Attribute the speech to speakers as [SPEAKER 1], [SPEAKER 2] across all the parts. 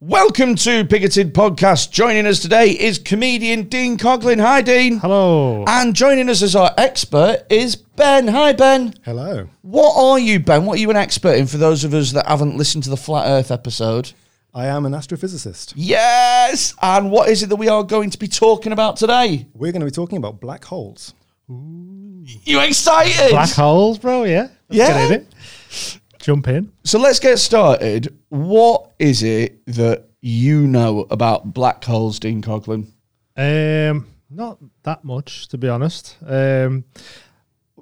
[SPEAKER 1] Welcome to Bigoted Podcast. Joining us today is comedian Dean Coglin. Hi, Dean.
[SPEAKER 2] Hello.
[SPEAKER 1] And joining us as our expert is Ben. Hi, Ben.
[SPEAKER 2] Hello.
[SPEAKER 1] What are you, Ben? What are you an expert in for those of us that haven't listened to the Flat Earth episode?
[SPEAKER 2] I am an astrophysicist.
[SPEAKER 1] Yes. And what is it that we are going to be talking about today?
[SPEAKER 2] We're going to be talking about black holes.
[SPEAKER 1] You excited?
[SPEAKER 3] Black holes, bro. Yeah. Let's
[SPEAKER 1] Yeah.
[SPEAKER 3] Get in it. Jump in.
[SPEAKER 1] So let's get started. What is it that you know about black holes, Dean Coglin?
[SPEAKER 3] Um, not that much, to be honest. Um,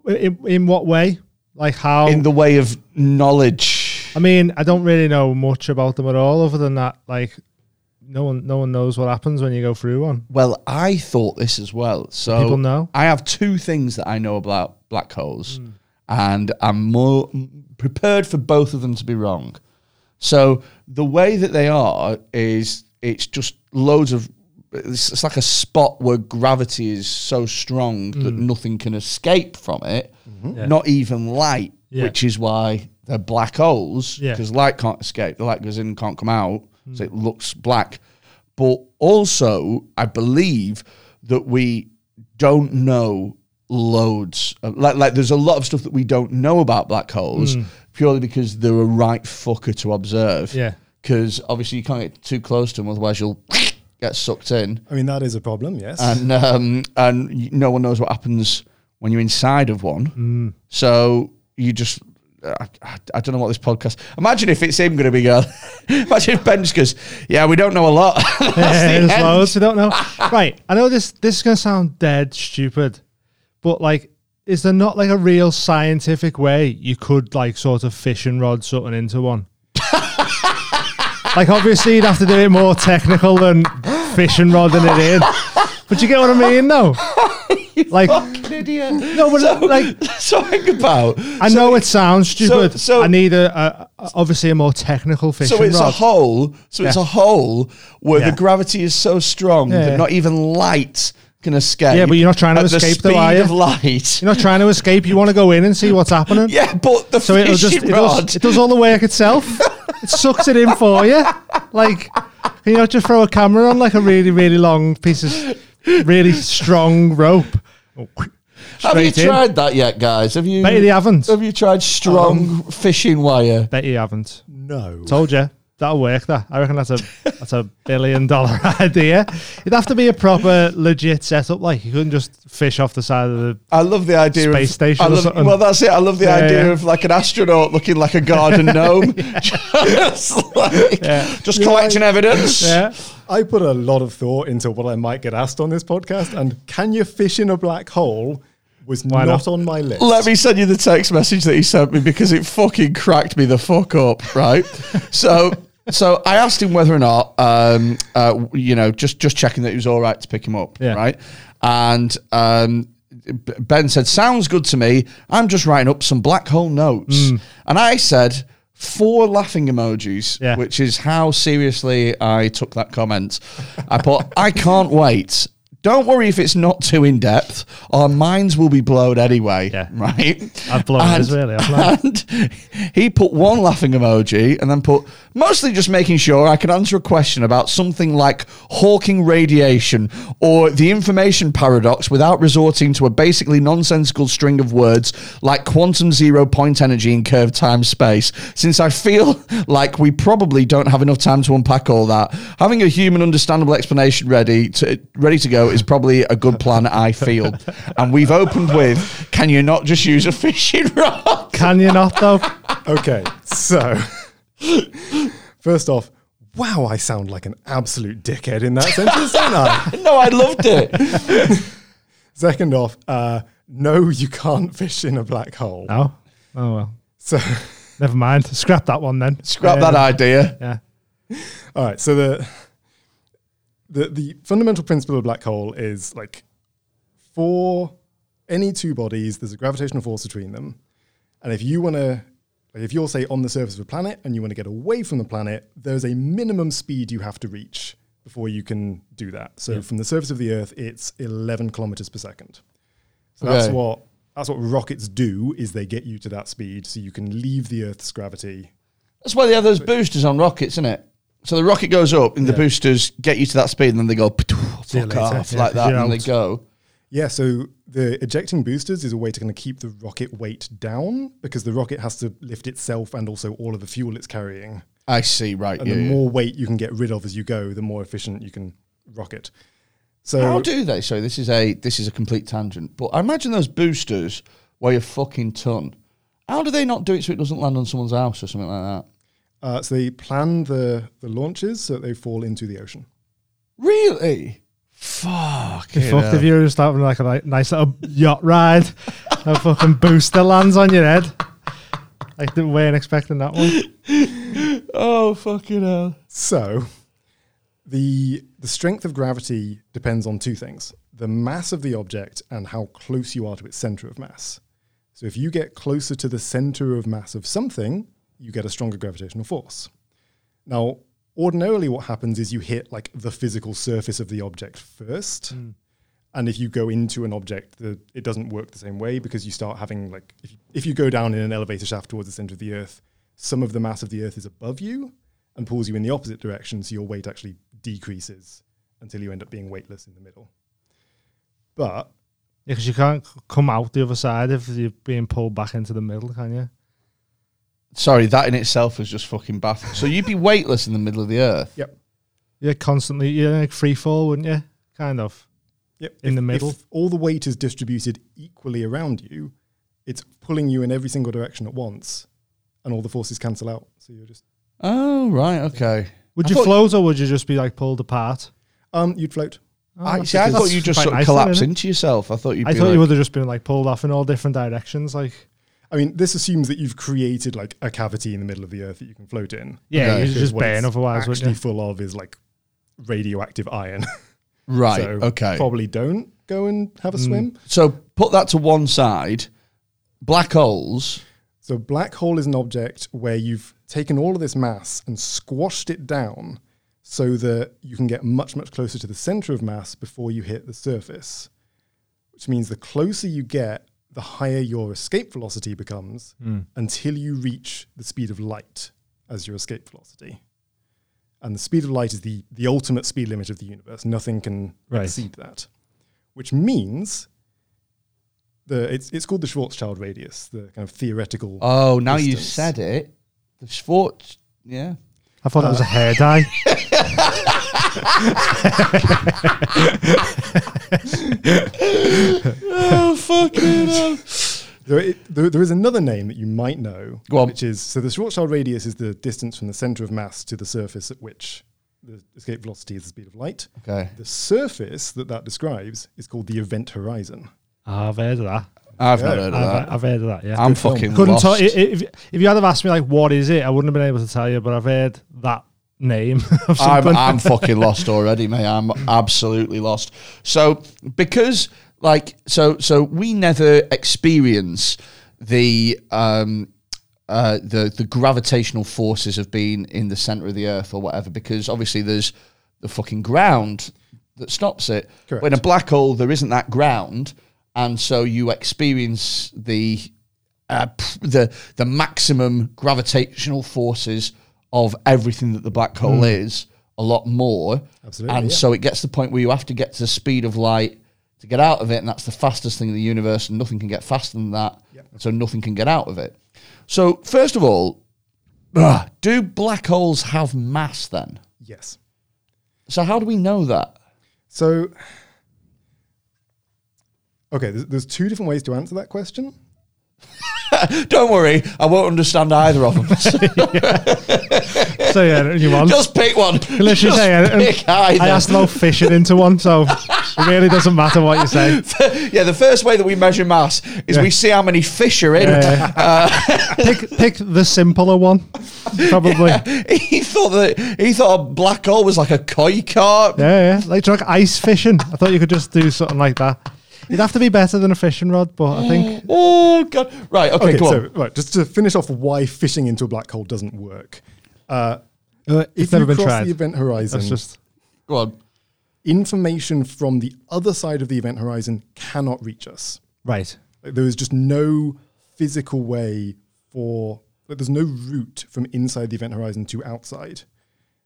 [SPEAKER 3] in, in what way? Like how?
[SPEAKER 1] In the way of knowledge.
[SPEAKER 3] I mean, I don't really know much about them at all, other than that, like no one, no one knows what happens when you go through one.
[SPEAKER 1] Well, I thought this as well. So
[SPEAKER 3] People know? Hmm.
[SPEAKER 1] I have two things that I know about black holes, and I'm more prepared for both of them to be wrong. So the way that they are is it's just loads of it's, it's like a spot where gravity is so strong that
[SPEAKER 3] Hmm.
[SPEAKER 1] nothing can escape from it, not even light,
[SPEAKER 3] Yeah.
[SPEAKER 1] which is why they're black holes
[SPEAKER 3] Yeah.
[SPEAKER 1] because light can't escape. The light goes in and can't come out, so it looks black. But also, I believe that we don't know loads. Of, like, like there's a lot of stuff that we don't know about black holes purely because they're a right fucker to observe.
[SPEAKER 3] Yeah.
[SPEAKER 1] Because obviously you can't get too close to them, otherwise you'll get sucked in
[SPEAKER 2] I mean, that is a problem, yes.
[SPEAKER 1] and um, and y- no one knows what happens when you're inside of one.
[SPEAKER 3] Mm.
[SPEAKER 1] So you just. I, I, I don't know what this podcast. Imagine if it's him going to be going. imagine if Ben just goes, "Yeah, we don't know a lot." That's the
[SPEAKER 3] There's
[SPEAKER 1] end.
[SPEAKER 3] loads. I don't know. right. I know this. This is gonna sound dead stupid, but like, is there not like a real scientific way you could like sort of fishing rod something into one? like, obviously, you'd have to do it more technical than fishing rodding it in. But you get what I mean, though. Like,
[SPEAKER 1] Fucking idiot.
[SPEAKER 3] no, but
[SPEAKER 1] So,
[SPEAKER 3] like,
[SPEAKER 1] so think about.
[SPEAKER 3] I know it sounds stupid.
[SPEAKER 1] so-
[SPEAKER 3] I need a, a, a- obviously a more technical fishing
[SPEAKER 1] So it's
[SPEAKER 3] rod.
[SPEAKER 1] a hole. So it's
[SPEAKER 3] Yeah.
[SPEAKER 1] a hole where
[SPEAKER 3] Yeah.
[SPEAKER 1] the gravity is so strong
[SPEAKER 3] Yeah,
[SPEAKER 1] that
[SPEAKER 3] yeah.
[SPEAKER 1] not even light can escape.
[SPEAKER 3] Yeah, but you're not trying to
[SPEAKER 1] at
[SPEAKER 3] escape
[SPEAKER 1] the
[SPEAKER 3] though,
[SPEAKER 1] speed
[SPEAKER 3] are you?
[SPEAKER 1] of light.
[SPEAKER 3] You're not trying to escape. You want to go in and see what's happening.
[SPEAKER 1] Yeah, but the
[SPEAKER 3] So it'll
[SPEAKER 1] fishing
[SPEAKER 3] just it
[SPEAKER 1] rod.
[SPEAKER 3] does, it does all the work itself. it sucks it in for you. Like you know, just throw a camera on like a really really long piece of really strong rope.
[SPEAKER 1] Have you
[SPEAKER 3] Straight in.
[SPEAKER 1] tried that yet, guys? Have you?
[SPEAKER 3] Bet you they haven't. Um,
[SPEAKER 1] Have you tried strong fishing wire?
[SPEAKER 3] Bet you haven't.
[SPEAKER 2] no.
[SPEAKER 3] Told you that'll work. That I reckon that's a that's a billion dollar idea. It'd have to be a proper legit setup. Like you couldn't just fish off the side of the.
[SPEAKER 1] I love the idea of
[SPEAKER 3] Space station
[SPEAKER 1] I
[SPEAKER 3] or
[SPEAKER 1] love-
[SPEAKER 3] something.
[SPEAKER 1] well, that's it. I love the
[SPEAKER 3] Yeah,
[SPEAKER 1] idea
[SPEAKER 3] yeah.
[SPEAKER 1] of like an astronaut looking like a garden gnome, just, like, just collecting evidence.
[SPEAKER 3] Yeah.
[SPEAKER 2] I put a lot of thought into what I might get asked on this podcast, and can you fish in a black hole was
[SPEAKER 3] Why
[SPEAKER 2] not,
[SPEAKER 3] not?
[SPEAKER 2] on my list.
[SPEAKER 1] Let me send you the text message that he sent me because it fucking cracked me the fuck up, right? so, so I asked him whether or not, um, uh, you know, just just checking that he was all right to pick him up,
[SPEAKER 3] Yeah.
[SPEAKER 1] right? And um, B- Ben said, "Sounds good to me. I'm just writing up some black hole notes."
[SPEAKER 3] Mm.
[SPEAKER 1] And I said. Four laughing emojis,
[SPEAKER 3] Yeah.
[SPEAKER 1] which is how seriously I took that comment. I put, I can't wait. Don't worry if it's not too in depth. Our minds will be blown anyway
[SPEAKER 3] Yeah.
[SPEAKER 1] right?
[SPEAKER 3] I've blown
[SPEAKER 1] And-
[SPEAKER 3] his really. I've blown.
[SPEAKER 1] And he put one laughing emoji and then put mostly just making sure I could answer a question about something like Hawking radiation or the information paradox without resorting to a basically nonsensical string of words like quantum zero point energy and curved time space. Since I feel like we probably don't have enough time to unpack all that, having a human understandable explanation ready to ready to go is probably a good plan. I feel, and we've opened with, can you not just use a fishing rod?
[SPEAKER 3] Can you not though?
[SPEAKER 2] Okay, so first off, wow, I sound like an absolute dickhead in that sentence, don't I?
[SPEAKER 1] No, I loved it.
[SPEAKER 2] Second off, uh, no, you can't fish in a black hole.
[SPEAKER 3] No. Oh well.
[SPEAKER 2] So,
[SPEAKER 3] Never mind. Scrap that one then.
[SPEAKER 1] Scrap that idea.
[SPEAKER 3] Yeah.
[SPEAKER 2] all right, so the, the the fundamental principle of black hole is like for any two bodies, there's a gravitational force between them, and if you want to. Like if you're say on the surface of a planet and you want to get away from the planet, there's a minimum speed you have to reach before you can do that. So from the surface of the Earth, it's 11 kilometers per second. So that's
[SPEAKER 1] Okay.
[SPEAKER 2] what that's what rockets do is they get you to that speed so you can leave the Earth's gravity
[SPEAKER 1] That's why they have those boosters on rockets, isn't it? So the rocket goes up, and the
[SPEAKER 2] Yeah.
[SPEAKER 1] boosters get you to that speed, and then they go "Ptoo,
[SPEAKER 3] See you
[SPEAKER 1] fuck
[SPEAKER 3] later."
[SPEAKER 1] off
[SPEAKER 3] Yeah.
[SPEAKER 1] like that,
[SPEAKER 3] You're
[SPEAKER 1] and they
[SPEAKER 3] out.
[SPEAKER 1] go.
[SPEAKER 2] Yeah, so the ejecting boosters is a way to kind of keep the rocket weight down because the rocket has to lift itself and also all of the fuel it's carrying.
[SPEAKER 1] I see, right?
[SPEAKER 2] And
[SPEAKER 1] yeah,
[SPEAKER 2] the
[SPEAKER 1] yeah.
[SPEAKER 2] more weight you can get rid of as you go, the more efficient you can rocket. So
[SPEAKER 1] How do they? So this is a this is a complete tangent, but I imagine those boosters weigh a fucking ton. How do they not do it so it doesn't land on someone's house or something like that?
[SPEAKER 2] Uh, so they plan the, the launches so that they fall into the ocean.
[SPEAKER 1] Really? Fuck.
[SPEAKER 3] You fucked if you were just having like a like, nice little yacht ride, a fucking booster lands on your head. I didn't weren't expecting that one.
[SPEAKER 1] Oh fucking hell.
[SPEAKER 2] So the the strength of gravity depends on two things: the mass of the object and how close you are to its center of mass. So if you get closer to the center of mass of something, you get a stronger gravitational force. Now, ordinarily what happens is you hit like the physical surface of the object first. And if you go into an object, the, it doesn't work the same way because you start having like if you, if you go down in an elevator shaft towards the center of the earth, some of the mass of the earth is above you and pulls you in the opposite direction, so your weight actually decreases until you end up being weightless in the middle. But
[SPEAKER 3] Because you can't c- come out the other side if you're being pulled back into the middle, can you?
[SPEAKER 1] Sorry, that in itself is just fucking baffling. So you'd be weightless in the middle of the earth.
[SPEAKER 2] yep,
[SPEAKER 3] You're constantly you're in like free fall, wouldn't you? Kind of.
[SPEAKER 2] yep.
[SPEAKER 3] In the middle.
[SPEAKER 2] if all the weight is distributed equally around you, it's pulling you in every single direction at once, and all the forces cancel out. So you're just
[SPEAKER 1] Oh right, okay.
[SPEAKER 3] Would
[SPEAKER 1] I
[SPEAKER 3] you
[SPEAKER 1] thought-
[SPEAKER 3] float or would you just be like pulled apart?
[SPEAKER 2] um, you'd float.
[SPEAKER 3] Oh,
[SPEAKER 1] I,
[SPEAKER 3] that's
[SPEAKER 1] see, I
[SPEAKER 3] good.
[SPEAKER 1] thought
[SPEAKER 3] That's
[SPEAKER 1] you just
[SPEAKER 3] quite
[SPEAKER 1] sort of
[SPEAKER 3] nice then,
[SPEAKER 1] collapse
[SPEAKER 3] isn't it?
[SPEAKER 1] into yourself. I thought you'd.
[SPEAKER 3] I
[SPEAKER 1] be
[SPEAKER 3] thought
[SPEAKER 1] like,
[SPEAKER 3] you would have just been like pulled off in all different directions, like
[SPEAKER 2] I mean, this assumes that you've created like a cavity in the middle of the earth that you can float in.
[SPEAKER 3] yeah,
[SPEAKER 1] Okay.
[SPEAKER 3] you're
[SPEAKER 2] Because
[SPEAKER 3] just
[SPEAKER 2] what
[SPEAKER 3] burn
[SPEAKER 2] it's
[SPEAKER 3] otherwise, wouldn't
[SPEAKER 2] Actually,
[SPEAKER 3] you?
[SPEAKER 2] full of is like radioactive iron.
[SPEAKER 1] right.
[SPEAKER 2] so
[SPEAKER 1] okay.
[SPEAKER 2] Probably don't go and have a
[SPEAKER 3] Mm.
[SPEAKER 2] swim.
[SPEAKER 1] So put that to one side. Black holes.
[SPEAKER 2] So, a black hole is an object where you've taken all of this mass and squashed it down so that you can get much, much closer to the center of mass before you hit the surface, which means the closer you get, the higher your escape velocity becomes until you reach the speed of light as your escape velocity. And the speed of light is the, the ultimate speed limit of the universe. Nothing can
[SPEAKER 3] Right.
[SPEAKER 2] exceed that, which means the, it's, it's called the Schwarzschild radius, the kind of theoretical.
[SPEAKER 1] Oh, now you
[SPEAKER 2] Distance.
[SPEAKER 1] said it. The sport. Yeah.
[SPEAKER 3] I thought that was a hair dye.
[SPEAKER 1] Oh fucking hell.
[SPEAKER 2] There, it, there, there is another name that you might know,
[SPEAKER 1] Go on.
[SPEAKER 2] which is so the Schwarzschild radius is the distance from the center of mass to the surface at which the escape velocity is the speed of light.
[SPEAKER 1] Okay.
[SPEAKER 2] The surface that that describes is called the event horizon.
[SPEAKER 3] Ah, I've heard of that.
[SPEAKER 1] I've
[SPEAKER 2] Yeah.
[SPEAKER 1] not heard of
[SPEAKER 3] I've,
[SPEAKER 1] that.
[SPEAKER 3] I've heard of that. Yeah,
[SPEAKER 1] I'm fucking
[SPEAKER 3] couldn't
[SPEAKER 1] lost.
[SPEAKER 3] tell. i- i- If, if you had have asked me like what is it, I wouldn't have been able to tell you. But I've heard that name of
[SPEAKER 1] I'm,
[SPEAKER 3] something.
[SPEAKER 1] I'm fucking lost already, mate. I'm absolutely lost. So because like so so we never experience the um uh the the gravitational forces of being in the center of the earth or whatever because obviously there's the fucking ground that stops it.
[SPEAKER 2] Correct.
[SPEAKER 1] When a black hole there isn't that ground and so you experience the uh, p- the the maximum gravitational forces of everything that the black hole is a lot more.
[SPEAKER 2] Hmm. Absolutely,
[SPEAKER 1] And
[SPEAKER 2] yeah.
[SPEAKER 1] so it gets to the point where you have to get to the speed of light to get out of it, and that's the fastest thing in the universe, and nothing can get faster than that. So nothing can get out of it. So first of all, ugh, do black holes have mass then?
[SPEAKER 2] Yes.
[SPEAKER 1] So how do we know that?
[SPEAKER 2] So, okay, there's, there's two different ways to answer that question.
[SPEAKER 1] Don't worry, I won't understand either of them.
[SPEAKER 3] so yeah, you want?
[SPEAKER 1] Just pick one.
[SPEAKER 3] You literally
[SPEAKER 1] Just
[SPEAKER 3] say anything.
[SPEAKER 1] pick either.
[SPEAKER 3] I asked about fishing into one, so it really doesn't matter what you say.
[SPEAKER 1] yeah, the first way that we measure mass is we see how many fish are in. Uh,
[SPEAKER 3] Pick pick the simpler one, probably. Yeah,
[SPEAKER 1] He thought that he thought a black hole was like a koi carp.
[SPEAKER 3] yeah. Like drug ice fishing. I thought you could just do something like that. You'd have to be better than a fishing rod, but I think
[SPEAKER 1] Oh god! Right, okay,
[SPEAKER 2] Okay,
[SPEAKER 1] go
[SPEAKER 2] so
[SPEAKER 1] on.
[SPEAKER 2] right, just to finish off why fishing into a black hole doesn't work. Uh,
[SPEAKER 3] it's
[SPEAKER 2] if you
[SPEAKER 3] never been
[SPEAKER 2] cross
[SPEAKER 3] tried.
[SPEAKER 2] the event horizon,
[SPEAKER 3] That's just
[SPEAKER 1] Go on.
[SPEAKER 2] information from the other side of the event horizon cannot reach us.
[SPEAKER 3] right.
[SPEAKER 2] Like, there is just no physical way for, like, there's no route from inside the event horizon to outside.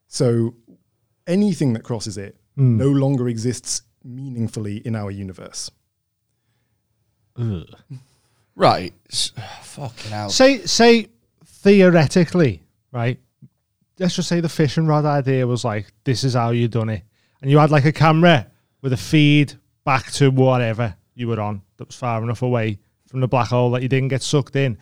[SPEAKER 2] So anything that crosses it no longer exists meaningfully in our universe.
[SPEAKER 1] Right. S- Fucking hell.
[SPEAKER 3] Say say theoretically, right? Let's just say the fishing rod idea was like, this is how you done it. And you had like a camera with a feed back to whatever you were on that was far enough away from the black hole that you didn't get sucked in.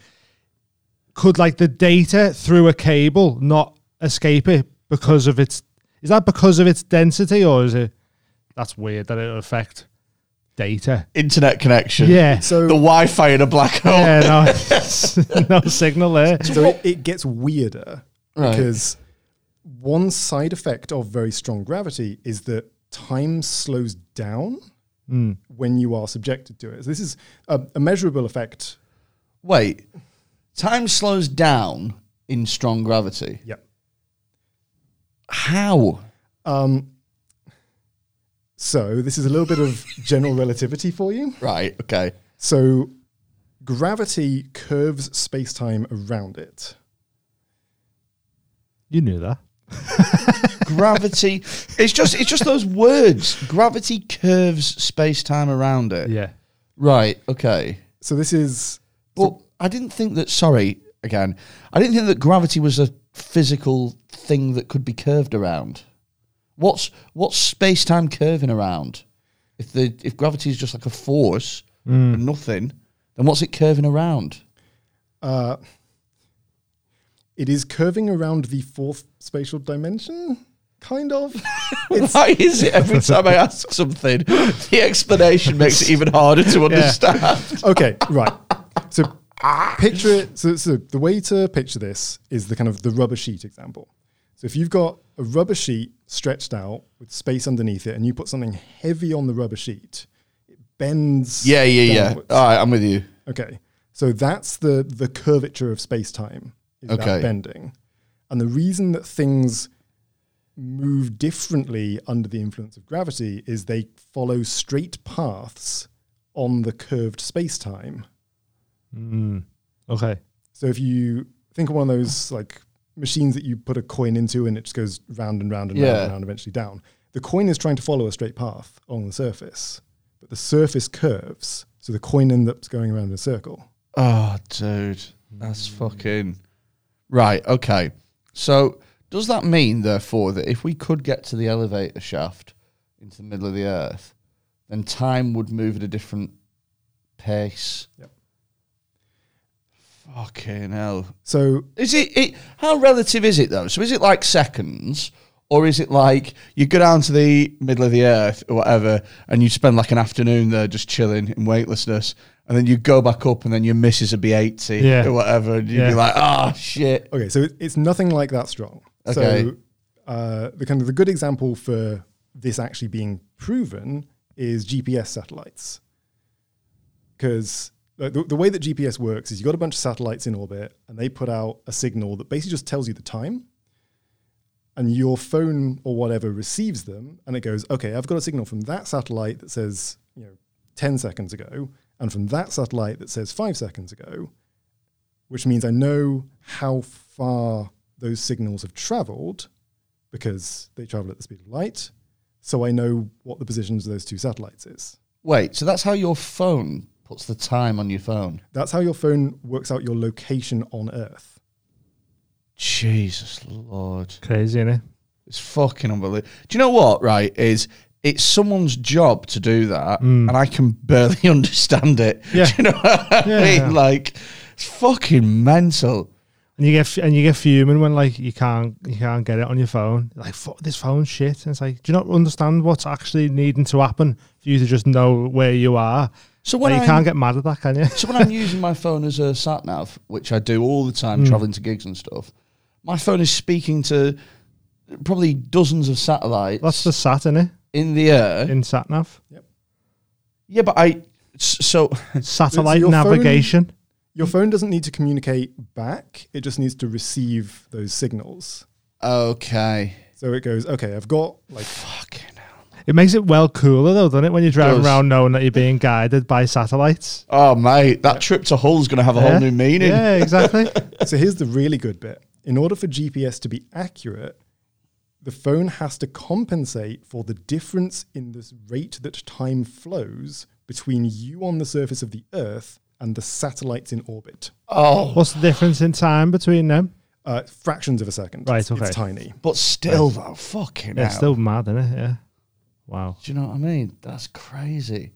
[SPEAKER 3] Could like the data through a cable not escape it because of its is that because of its density or is it that's weird that it'll affect data?
[SPEAKER 1] Internet connection.
[SPEAKER 3] Yeah.
[SPEAKER 1] The
[SPEAKER 2] So
[SPEAKER 1] Wi Fi in a black hole.
[SPEAKER 3] yeah, no, no signal there.
[SPEAKER 2] So it, it gets weirder
[SPEAKER 1] Right.
[SPEAKER 2] because one side effect of very strong gravity is that time slows down when you are subjected to it. So this is a, a measurable effect.
[SPEAKER 1] Wait. Time slows down in strong gravity.
[SPEAKER 2] Yeah.
[SPEAKER 1] How?
[SPEAKER 2] Um, so this is a little bit of general relativity for you.
[SPEAKER 1] Right. Okay.
[SPEAKER 2] So gravity curves space-time around it.
[SPEAKER 3] You knew that.
[SPEAKER 1] Gravity. it's just. It's just those words. Gravity curves space time around it.
[SPEAKER 3] Yeah.
[SPEAKER 1] Right. Okay.
[SPEAKER 2] So this is
[SPEAKER 1] But I didn't think that. Sorry again. I didn't think that gravity was a physical thing that could be curved around. What's what's space time curving around? If the if gravity is just like a force and nothing, then what's it curving around?
[SPEAKER 2] uh, it is curving around the fourth spatial dimension, kind of. It's-
[SPEAKER 1] Why is it every time I ask something, the explanation makes it even harder to understand?
[SPEAKER 2] okay, right. So picture it. So, so the way to picture this is the kind of the rubber sheet example. So if you've got a rubber sheet stretched out with space underneath it, and you put something heavy on the rubber sheet, it bends.
[SPEAKER 1] Yeah, yeah, yeah.
[SPEAKER 2] downwards.
[SPEAKER 1] All right, I'm with you.
[SPEAKER 2] Okay. So that's the the curvature of space time is
[SPEAKER 1] Okay.
[SPEAKER 2] that bending. And the reason that things move differently under the influence of gravity is they follow straight paths on the curved space time.
[SPEAKER 3] Okay.
[SPEAKER 2] So if you think of one of those like machines that you put a coin into and it just goes round and round and round
[SPEAKER 1] Yeah.
[SPEAKER 2] and round eventually down, the coin is trying to follow a straight path along the surface, but the surface curves. So the coin ends up going around in a circle.
[SPEAKER 1] Oh, dude, that's fucking right. Okay, so does that mean, therefore, that if we could get to the elevator shaft into the middle of the Earth, then time would move at a different pace?
[SPEAKER 2] Yep.
[SPEAKER 1] Fucking hell!
[SPEAKER 2] So
[SPEAKER 1] Is it, it? How relative is it though? So is it like seconds, or is it like you go down to the middle of the earth or whatever, and you spend like an afternoon there just chilling in weightlessness, and then you go back up, and then your missus would be eighty
[SPEAKER 3] Yeah.
[SPEAKER 1] or whatever, and you'd
[SPEAKER 3] Yeah.
[SPEAKER 1] be like, ah, shit.
[SPEAKER 2] Okay, so it- it's nothing like that strong.
[SPEAKER 1] Okay.
[SPEAKER 2] So uh, the kind of the good example for this actually being proven is GPS satellites, because the, the way that GPS works is you've got a bunch of satellites in orbit, and they put out a signal that basically just tells you the time, and your phone or whatever receives them, and it goes, okay, I've got a signal from that satellite that says you know ten seconds ago, and from that satellite that says five seconds ago which means I know how far those signals have traveled because they travel at the speed of light. So I know what the positions of those two satellites is.
[SPEAKER 1] Wait, so that's how your phone puts the time on your phone.
[SPEAKER 2] That's how your phone works out your location on Earth.
[SPEAKER 1] Jesus Lord.
[SPEAKER 3] Crazy, innit?
[SPEAKER 1] It's fucking unbelievable. Do you know what? Right, is it's someone's job to do that, and I can barely understand it.
[SPEAKER 3] Mm. Yeah.
[SPEAKER 1] Do you know what I
[SPEAKER 3] Yeah,
[SPEAKER 1] mean?
[SPEAKER 3] yeah.
[SPEAKER 1] Like, it's fucking mental.
[SPEAKER 3] And you get f- and you get fuming when like you can't you can't get it on your phone. Like fuck this phone shit. And it's like, do you not understand what's actually needing to happen for you to just know where you are?
[SPEAKER 1] So
[SPEAKER 3] Like,
[SPEAKER 1] when
[SPEAKER 3] you
[SPEAKER 1] I'm,
[SPEAKER 3] can't get mad at that, can you?
[SPEAKER 1] so when I'm using my phone as a sat nav, which I do all the
[SPEAKER 3] Mm.
[SPEAKER 1] time, traveling to gigs and stuff, my phone is speaking to probably dozens of satellites
[SPEAKER 3] That's the sat innit?
[SPEAKER 1] in the air.
[SPEAKER 3] in sat nav
[SPEAKER 1] yeah, but I s- so
[SPEAKER 3] satellite
[SPEAKER 2] your phone-
[SPEAKER 3] navigation.
[SPEAKER 2] Your phone doesn't need to communicate back, it just needs to receive those signals.
[SPEAKER 1] okay.
[SPEAKER 2] So it goes, okay, I've got like
[SPEAKER 1] Fucking hell.
[SPEAKER 3] It makes it well cooler though, doesn't it? When you're driving
[SPEAKER 1] Does.
[SPEAKER 3] around knowing that you're being guided by satellites.
[SPEAKER 1] Oh mate, that trip to Hull's gonna have a
[SPEAKER 3] Yeah.
[SPEAKER 1] whole new meaning.
[SPEAKER 3] Yeah, exactly.
[SPEAKER 2] so here's the really good bit. In order for GPS to be accurate, the phone has to compensate for the difference in the rate that time flows between you on the surface of the Earth and the satellites in orbit.
[SPEAKER 1] Oh,
[SPEAKER 3] What's the difference in time between them?
[SPEAKER 2] Uh, fractions of a second.
[SPEAKER 3] Right,
[SPEAKER 2] It's-
[SPEAKER 3] okay.
[SPEAKER 2] It's tiny.
[SPEAKER 1] but still though, fucking
[SPEAKER 3] Yeah,
[SPEAKER 1] hell.
[SPEAKER 3] it's still mad, isn't it? Yeah. Wow.
[SPEAKER 1] Do you know what I mean? That's crazy.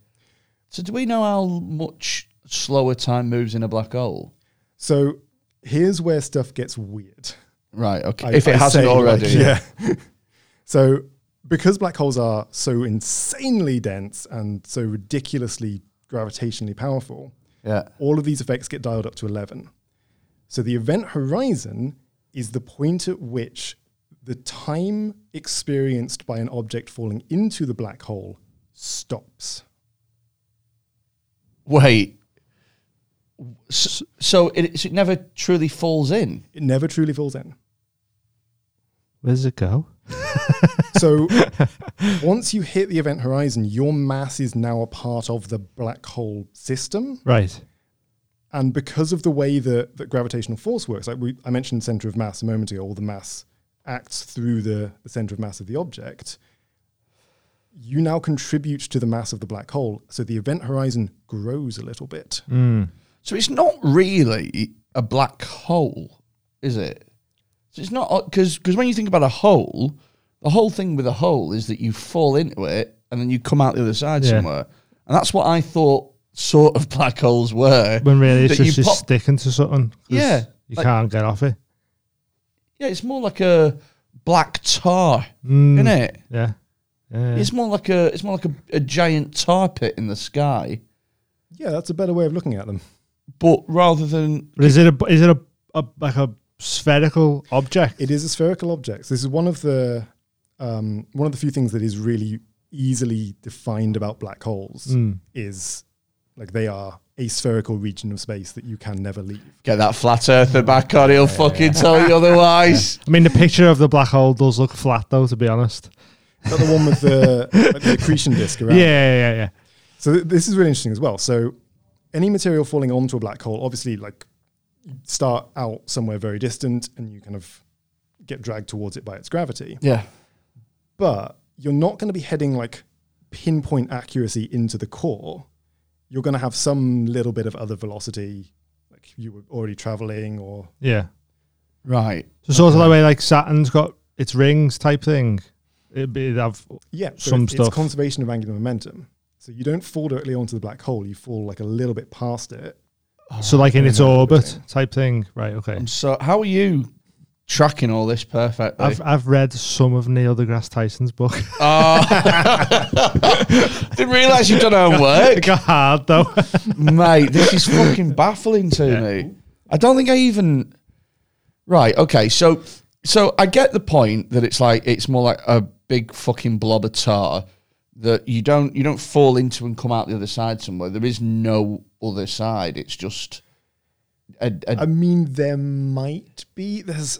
[SPEAKER 1] So do we know how much slower time moves in a black hole?
[SPEAKER 2] So here's where stuff gets weird.
[SPEAKER 1] Right. Okay.
[SPEAKER 2] I-
[SPEAKER 1] if it
[SPEAKER 2] I
[SPEAKER 1] hasn't
[SPEAKER 2] say, like,
[SPEAKER 1] already,
[SPEAKER 2] yeah. so because black holes are so insanely dense and so ridiculously gravitationally powerful,
[SPEAKER 1] yeah.
[SPEAKER 2] all of these effects get dialed up to 11. So the event horizon is the point at which the time experienced by an object falling into the black hole stops.
[SPEAKER 1] Wait. So, so, it, so it never truly falls in.
[SPEAKER 2] It never truly falls in.
[SPEAKER 3] Where does it go?
[SPEAKER 2] So once you hit the event horizon, your mass is now a part of the black hole system.
[SPEAKER 3] Right.
[SPEAKER 2] And because of the way that, that gravitational force works, like we, I mentioned center of mass a moment ago, all the mass acts through the, the center of mass of the object, you now contribute to the mass of the black hole. So the event horizon grows a little bit.
[SPEAKER 1] So it's not really a black hole, is it? So it's not because because when you think about a hole, the whole thing with a hole is that you fall into it and then you come out the other side
[SPEAKER 3] Yeah.
[SPEAKER 1] somewhere, and that's what I thought sort of black holes were.
[SPEAKER 3] When really it's
[SPEAKER 1] That
[SPEAKER 3] just,
[SPEAKER 1] you
[SPEAKER 3] just
[SPEAKER 1] pop-
[SPEAKER 3] sticking to something. 'cause
[SPEAKER 1] Yeah,
[SPEAKER 3] You
[SPEAKER 1] like-
[SPEAKER 3] can't get off it.
[SPEAKER 1] yeah, it's more like a black tar,
[SPEAKER 3] Mm,
[SPEAKER 1] isn't it?
[SPEAKER 3] Yeah. Yeah.
[SPEAKER 1] It's more like a it's more like a, a giant tar pit in the sky,
[SPEAKER 2] Yeah, that's a better way of looking at them.
[SPEAKER 1] but rather than
[SPEAKER 3] But is it a is it a, a like a spherical object?
[SPEAKER 2] It is a spherical object. So this is one of the um, one of the few things that is really easily defined about black holes is like they are a spherical region of space that you can never leave.
[SPEAKER 1] get that flat earther back on, he'll fucking tell you otherwise.
[SPEAKER 3] I mean, the picture of the black hole does look flat, though. To be honest.
[SPEAKER 2] Is that the one with the, like the accretion disk around?
[SPEAKER 3] Yeah, yeah, yeah, yeah.
[SPEAKER 2] So th- this is really interesting as well. So any material falling onto a black hole, obviously, like you start out somewhere very distant and you kind of get dragged towards it by its gravity.
[SPEAKER 1] Yeah.
[SPEAKER 2] But you're not going to be heading like pinpoint accuracy into the core. You're going to have some little bit of other velocity, like you were already traveling or
[SPEAKER 3] yeah.
[SPEAKER 1] Right.
[SPEAKER 3] So sort of the way like Saturn's got its rings type thing. It'd be it'd have
[SPEAKER 2] yeah. So
[SPEAKER 3] Some
[SPEAKER 2] it's,
[SPEAKER 3] stuff.
[SPEAKER 2] it's conservation of angular momentum. So you don't fall directly onto the black hole. You fall like a little bit past it.
[SPEAKER 1] Oh,
[SPEAKER 3] so like in its
[SPEAKER 2] I know what you're
[SPEAKER 3] orbit
[SPEAKER 2] saying.
[SPEAKER 3] type thing. Right. Okay.
[SPEAKER 1] I'm so how are you tracking all this perfectly?
[SPEAKER 3] I've I've read some of Neil deGrasse Tyson's book.
[SPEAKER 1] Oh. Ah. Didn't realise you'd done homework,
[SPEAKER 3] it got hard though.
[SPEAKER 1] mate. This is fucking baffling to me. I don't think I even. Right. Okay. So, so I get the point that it's like it's more like a big fucking blob of tar that you don't you don't fall into and come out the other side somewhere. There is no other side. It's just. A, a,
[SPEAKER 3] Uh,
[SPEAKER 2] I mean, there might be. There's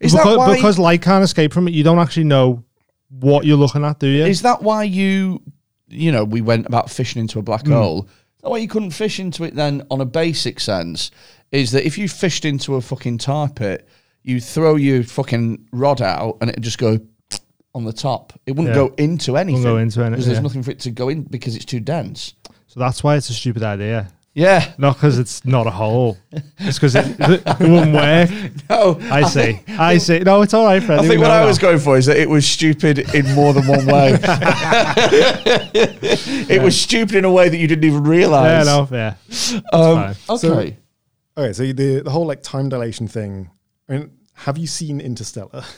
[SPEAKER 1] is
[SPEAKER 3] because,
[SPEAKER 1] that why?
[SPEAKER 3] because light can't escape from it, you don't actually know what you're looking at, do you?
[SPEAKER 1] Is that why you, you know, we went about fishing into a black
[SPEAKER 3] Hmm.
[SPEAKER 1] hole? Is that why you couldn't fish into it then on a basic sense? Is that if you fished into a fucking tar pit, you throw your fucking rod out and it'd just go on the top. It wouldn't
[SPEAKER 3] Yeah.
[SPEAKER 1] go into anything.
[SPEAKER 3] go into any-
[SPEAKER 1] Because there's
[SPEAKER 3] yeah.
[SPEAKER 1] nothing for it to go in because it's too dense.
[SPEAKER 3] so that's why it's a stupid idea.
[SPEAKER 1] Yeah.
[SPEAKER 3] Not because it's not a hole. It's because it, it wouldn't work.
[SPEAKER 1] No.
[SPEAKER 3] I see. I see. No, it's all right, Freddie.
[SPEAKER 1] I
[SPEAKER 3] we
[SPEAKER 1] think what
[SPEAKER 3] know
[SPEAKER 1] I
[SPEAKER 3] that.
[SPEAKER 1] was going for is that it was stupid in more than one way. it was stupid in a way that you didn't even
[SPEAKER 3] Yeah,
[SPEAKER 1] realize.
[SPEAKER 3] no, yeah.
[SPEAKER 1] Um, okay.
[SPEAKER 2] So- Okay, so the the whole like time dilation thing. I mean, have you seen Interstellar?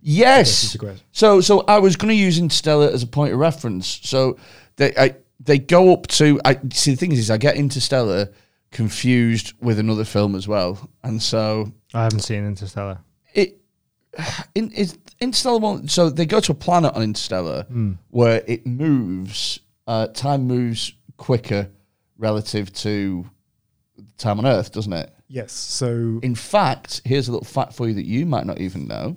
[SPEAKER 1] Yes.
[SPEAKER 2] the question.
[SPEAKER 1] So, so I was going to use Interstellar as a point of reference. So they I, they go up to. I see. The thing is, is I get Interstellar confused with another film as well, and so
[SPEAKER 3] I haven't seen Interstellar.
[SPEAKER 1] it. In, is Interstellar one, so they go to a planet on Interstellar where it moves, uh, time moves quicker relative to time on Earth, doesn't it?
[SPEAKER 2] yes. So
[SPEAKER 1] In fact, here's a little fact for you that you might not even know.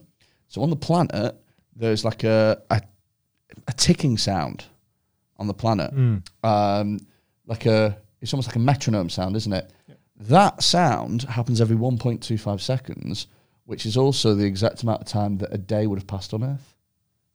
[SPEAKER 1] So on the planet, there's like a a, a ticking sound on the planet,
[SPEAKER 3] Hmm.
[SPEAKER 1] um, like a it's almost like a metronome sound, isn't it? That sound happens every 1.25 seconds, which is also the exact amount of time that a day would have passed on Earth.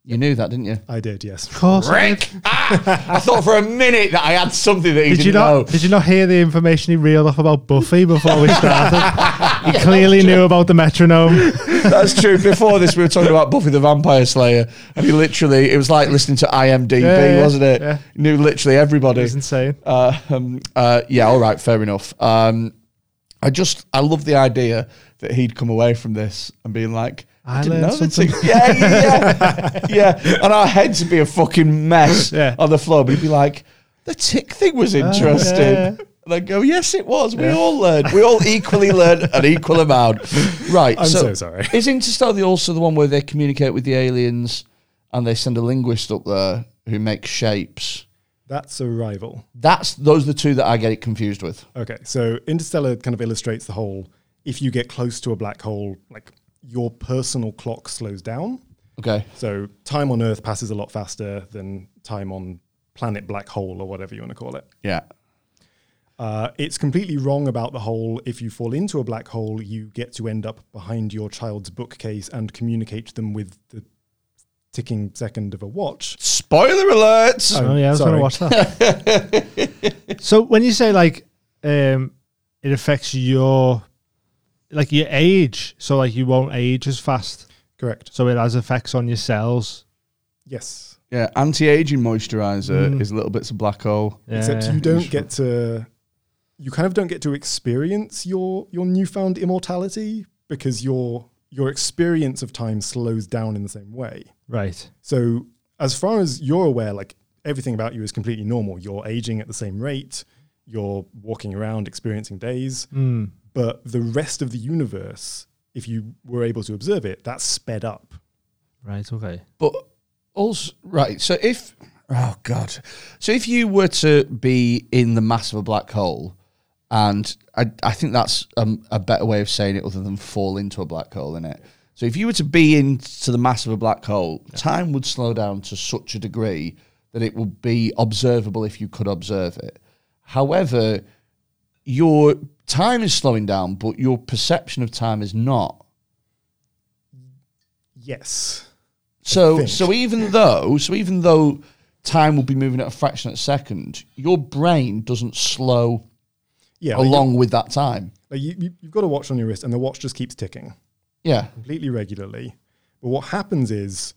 [SPEAKER 1] You knew that, didn't you?
[SPEAKER 2] I did, yes.
[SPEAKER 3] Of course.
[SPEAKER 1] Rick! Ah! I thought for a minute that I had something that he
[SPEAKER 3] Did
[SPEAKER 1] didn't
[SPEAKER 3] you not?
[SPEAKER 1] know.
[SPEAKER 3] Did you not hear the information he reeled off about Buffy before we started? He clearly knew about the metronome.
[SPEAKER 1] That's true. Before this, we were talking about Buffy the Vampire Slayer, and he literally, it was like listening to IMDb,
[SPEAKER 3] Yeah, yeah,
[SPEAKER 1] wasn't it?
[SPEAKER 3] yeah.
[SPEAKER 1] He Knew literally everybody.
[SPEAKER 3] It's insane.
[SPEAKER 1] Uh, um, uh, yeah, all right, fair enough. Um, I just, I love the idea that he'd come away from this and being like, I,
[SPEAKER 3] I
[SPEAKER 1] didn't know
[SPEAKER 3] learned
[SPEAKER 1] something. Yeah, yeah, yeah. yeah. And our heads would be a fucking mess
[SPEAKER 3] Yeah.
[SPEAKER 1] on the floor. But he'd be like, the tick thing was interesting.
[SPEAKER 3] yeah.
[SPEAKER 1] And I'd go, yes, it was. We all learned. We all equally learned an equal amount. Right.
[SPEAKER 2] I'm so sorry.
[SPEAKER 1] Is Interstellar the- also the one where they communicate with the aliens and they send a linguist up there who makes shapes?
[SPEAKER 2] That's Arrival.
[SPEAKER 1] That's those are the two that I get it confused with.
[SPEAKER 2] Okay, so Interstellar kind of illustrates the whole if you get close to a black hole, like your personal clock slows down.
[SPEAKER 1] Okay.
[SPEAKER 2] So time on Earth passes a lot faster than time on planet black hole or whatever you want to call it.
[SPEAKER 1] Yeah.
[SPEAKER 2] Uh, it's completely wrong about the whole if you fall into a black hole, you get to end up behind your child's bookcase and communicate to them with the ticking second of a watch.
[SPEAKER 1] Spoiler alert.
[SPEAKER 3] Oh yeah, I was
[SPEAKER 2] sorry.
[SPEAKER 3] going to watch that. so when you say like um, it affects your like your age, so like you won't age as fast,
[SPEAKER 2] Correct.
[SPEAKER 3] so it has effects on your cells.
[SPEAKER 2] Yes.
[SPEAKER 1] Yeah, anti-aging moisturizer is little bits of black hole.
[SPEAKER 2] Except
[SPEAKER 3] Yeah.
[SPEAKER 2] you don't get to you kind of don't get to experience your your newfound immortality because your your experience of time slows down in the same way.
[SPEAKER 3] right.
[SPEAKER 2] So, as far as you're aware, like everything about you is completely normal. You're aging at the same rate, you're walking around, experiencing days.
[SPEAKER 3] Hmm.
[SPEAKER 2] But the rest of the universe, if you were able to observe it, that's sped up.
[SPEAKER 3] Right. Okay.
[SPEAKER 1] But also, right. So if oh god, so if you were to be in the mass of a black hole, and I, I think that's um, a better way of saying it other than fall into a black hole in it. So if you were to be into the mass of a black hole, time would slow down to such a degree that it would be observable if you could observe it. However, your time is slowing down, but your perception of time is not.
[SPEAKER 2] Yes.
[SPEAKER 1] So
[SPEAKER 2] think.
[SPEAKER 1] so even though so even though time will be moving at a fraction of a second, your brain doesn't slow
[SPEAKER 2] Yeah. like,
[SPEAKER 1] along with that time.
[SPEAKER 2] like, you, you, you've got a watch on your wrist, and the watch just keeps ticking.
[SPEAKER 1] Yeah.
[SPEAKER 2] completely regularly. But what happens is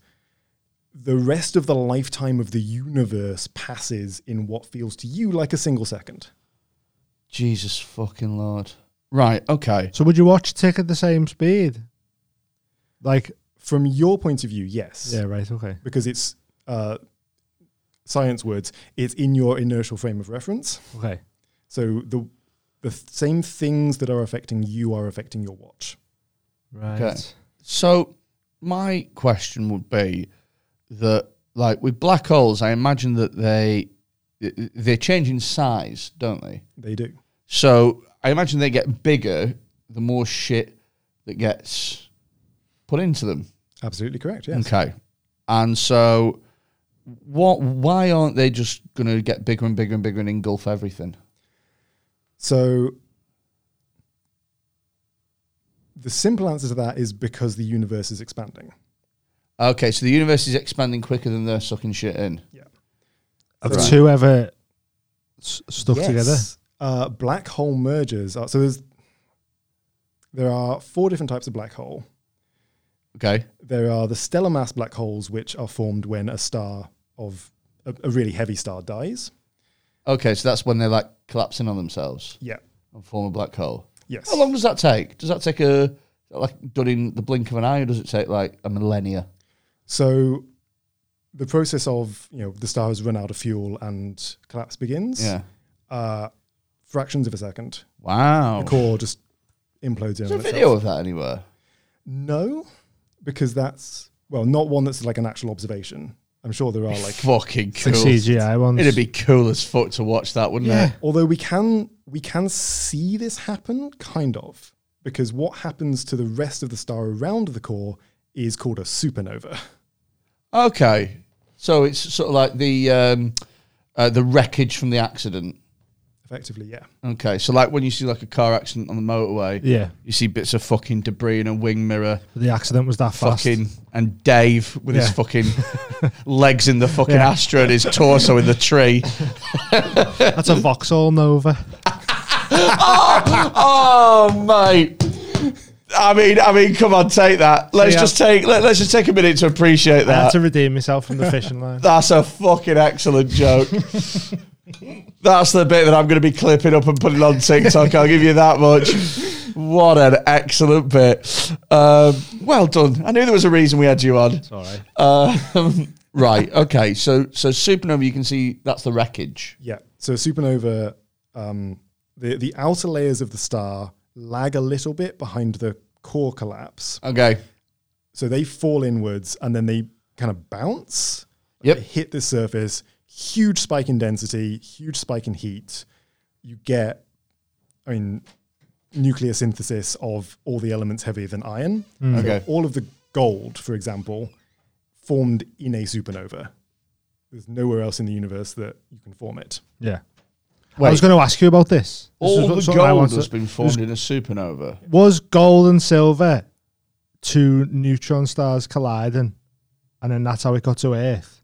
[SPEAKER 2] the rest of the lifetime of the universe passes in what feels to you like a single second.
[SPEAKER 1] Jesus fucking lord. Right, okay.
[SPEAKER 3] So would you watch Tick at the same speed? Like
[SPEAKER 2] From your point of view, yes.
[SPEAKER 3] yeah. Right. Okay.
[SPEAKER 2] Because it's uh, science words, it's in your inertial frame of reference.
[SPEAKER 3] Okay.
[SPEAKER 2] So the the th- same things that are affecting you are affecting your watch.
[SPEAKER 3] Right.
[SPEAKER 1] Okay. So my question would be that like with black holes, I imagine that they they change in size, don't they?
[SPEAKER 2] They do.
[SPEAKER 1] So I imagine they get bigger the more shit that gets put into them.
[SPEAKER 2] Absolutely correct. Yes.
[SPEAKER 1] Okay. And so what why aren't they just going to get bigger and bigger and bigger and engulf everything?
[SPEAKER 2] So the simple answer to that is because the universe is expanding.
[SPEAKER 1] Okay, so the universe is expanding quicker than they're sucking shit in.
[SPEAKER 3] Have
[SPEAKER 1] Right.
[SPEAKER 3] two ever s- stuck together?
[SPEAKER 2] Uh, black hole mergers are so there's there are four different types of black hole.
[SPEAKER 1] Okay.
[SPEAKER 2] There are the stellar mass black holes, which are formed when a star of a, a really heavy star dies.
[SPEAKER 1] Okay, so that's when they're like collapsing on themselves
[SPEAKER 2] Yeah.
[SPEAKER 1] and form a black hole.
[SPEAKER 2] Yes.
[SPEAKER 1] How long does that take? Does that take a like done in the blink of an eye, or does it take like a millennia?
[SPEAKER 2] So the process of you know the star has run out of fuel and collapse begins.
[SPEAKER 1] Yeah.
[SPEAKER 2] Uh, fractions of a second.
[SPEAKER 1] Wow.
[SPEAKER 2] The core just implodes
[SPEAKER 1] Oh. Is
[SPEAKER 2] in.
[SPEAKER 1] there
[SPEAKER 2] on
[SPEAKER 1] a
[SPEAKER 2] itself.
[SPEAKER 1] video of that anywhere?
[SPEAKER 2] No, because that's well, not one that's like an actual observation. I'm sure there are like
[SPEAKER 1] Fucking
[SPEAKER 3] The CGI ones.
[SPEAKER 1] It'd be cool as fuck to watch that, wouldn't
[SPEAKER 3] Yeah.
[SPEAKER 1] it?
[SPEAKER 2] Although we can we can see this happen, kind of, because what happens to the rest of the star around the core is called a supernova.
[SPEAKER 1] Okay, so it's sort of like the um, uh, the wreckage from the accident.
[SPEAKER 2] effectively, yeah.
[SPEAKER 1] Okay, so like when you see like a car accident on the motorway,
[SPEAKER 3] Yeah.
[SPEAKER 1] you see bits of fucking debris in a wing mirror,
[SPEAKER 3] The accident was that fast.
[SPEAKER 1] fucking, and Dave with his
[SPEAKER 3] Yeah.
[SPEAKER 1] fucking legs in the fucking
[SPEAKER 3] Yeah.
[SPEAKER 1] Astra and his torso in the tree.
[SPEAKER 3] That's a Vauxhall Nova.
[SPEAKER 1] Oh, mate. I mean, I mean, come on, take that. Let's
[SPEAKER 3] Yeah.
[SPEAKER 1] just take let, us just take a minute to appreciate
[SPEAKER 3] I had
[SPEAKER 1] that.
[SPEAKER 3] to redeem myself from the fishing line.
[SPEAKER 1] That's a fucking excellent joke. That's the bit that I'm going to be clipping up and putting on TikTok. I'll give you that much. What an excellent bit. Um, well done. I knew there was a reason we had you on.
[SPEAKER 3] Sorry.
[SPEAKER 1] Um, right. Okay. So so supernova, you can see that's the wreckage.
[SPEAKER 2] Yeah. So supernova, um, the the outer layers of the star lag a little bit behind the core collapse,
[SPEAKER 1] Okay.
[SPEAKER 2] so they fall inwards and then they kind of bounce.
[SPEAKER 1] Yep.
[SPEAKER 2] They hit the surface, huge spike in density, huge spike in heat. You get, I mean, nuclear synthesis of all the elements heavier than iron. So
[SPEAKER 1] Mm. Okay.
[SPEAKER 2] All of the gold, for example, formed in a supernova. There's nowhere else in the universe that you can form it.
[SPEAKER 3] Yeah.
[SPEAKER 1] Wait.
[SPEAKER 3] I was going to ask you about this. This
[SPEAKER 1] All
[SPEAKER 3] is
[SPEAKER 1] the
[SPEAKER 3] something I
[SPEAKER 1] gold
[SPEAKER 3] wanted-
[SPEAKER 1] that's been formed in a supernova.
[SPEAKER 3] was gold and silver two neutron stars colliding, and then that's how it got to Earth.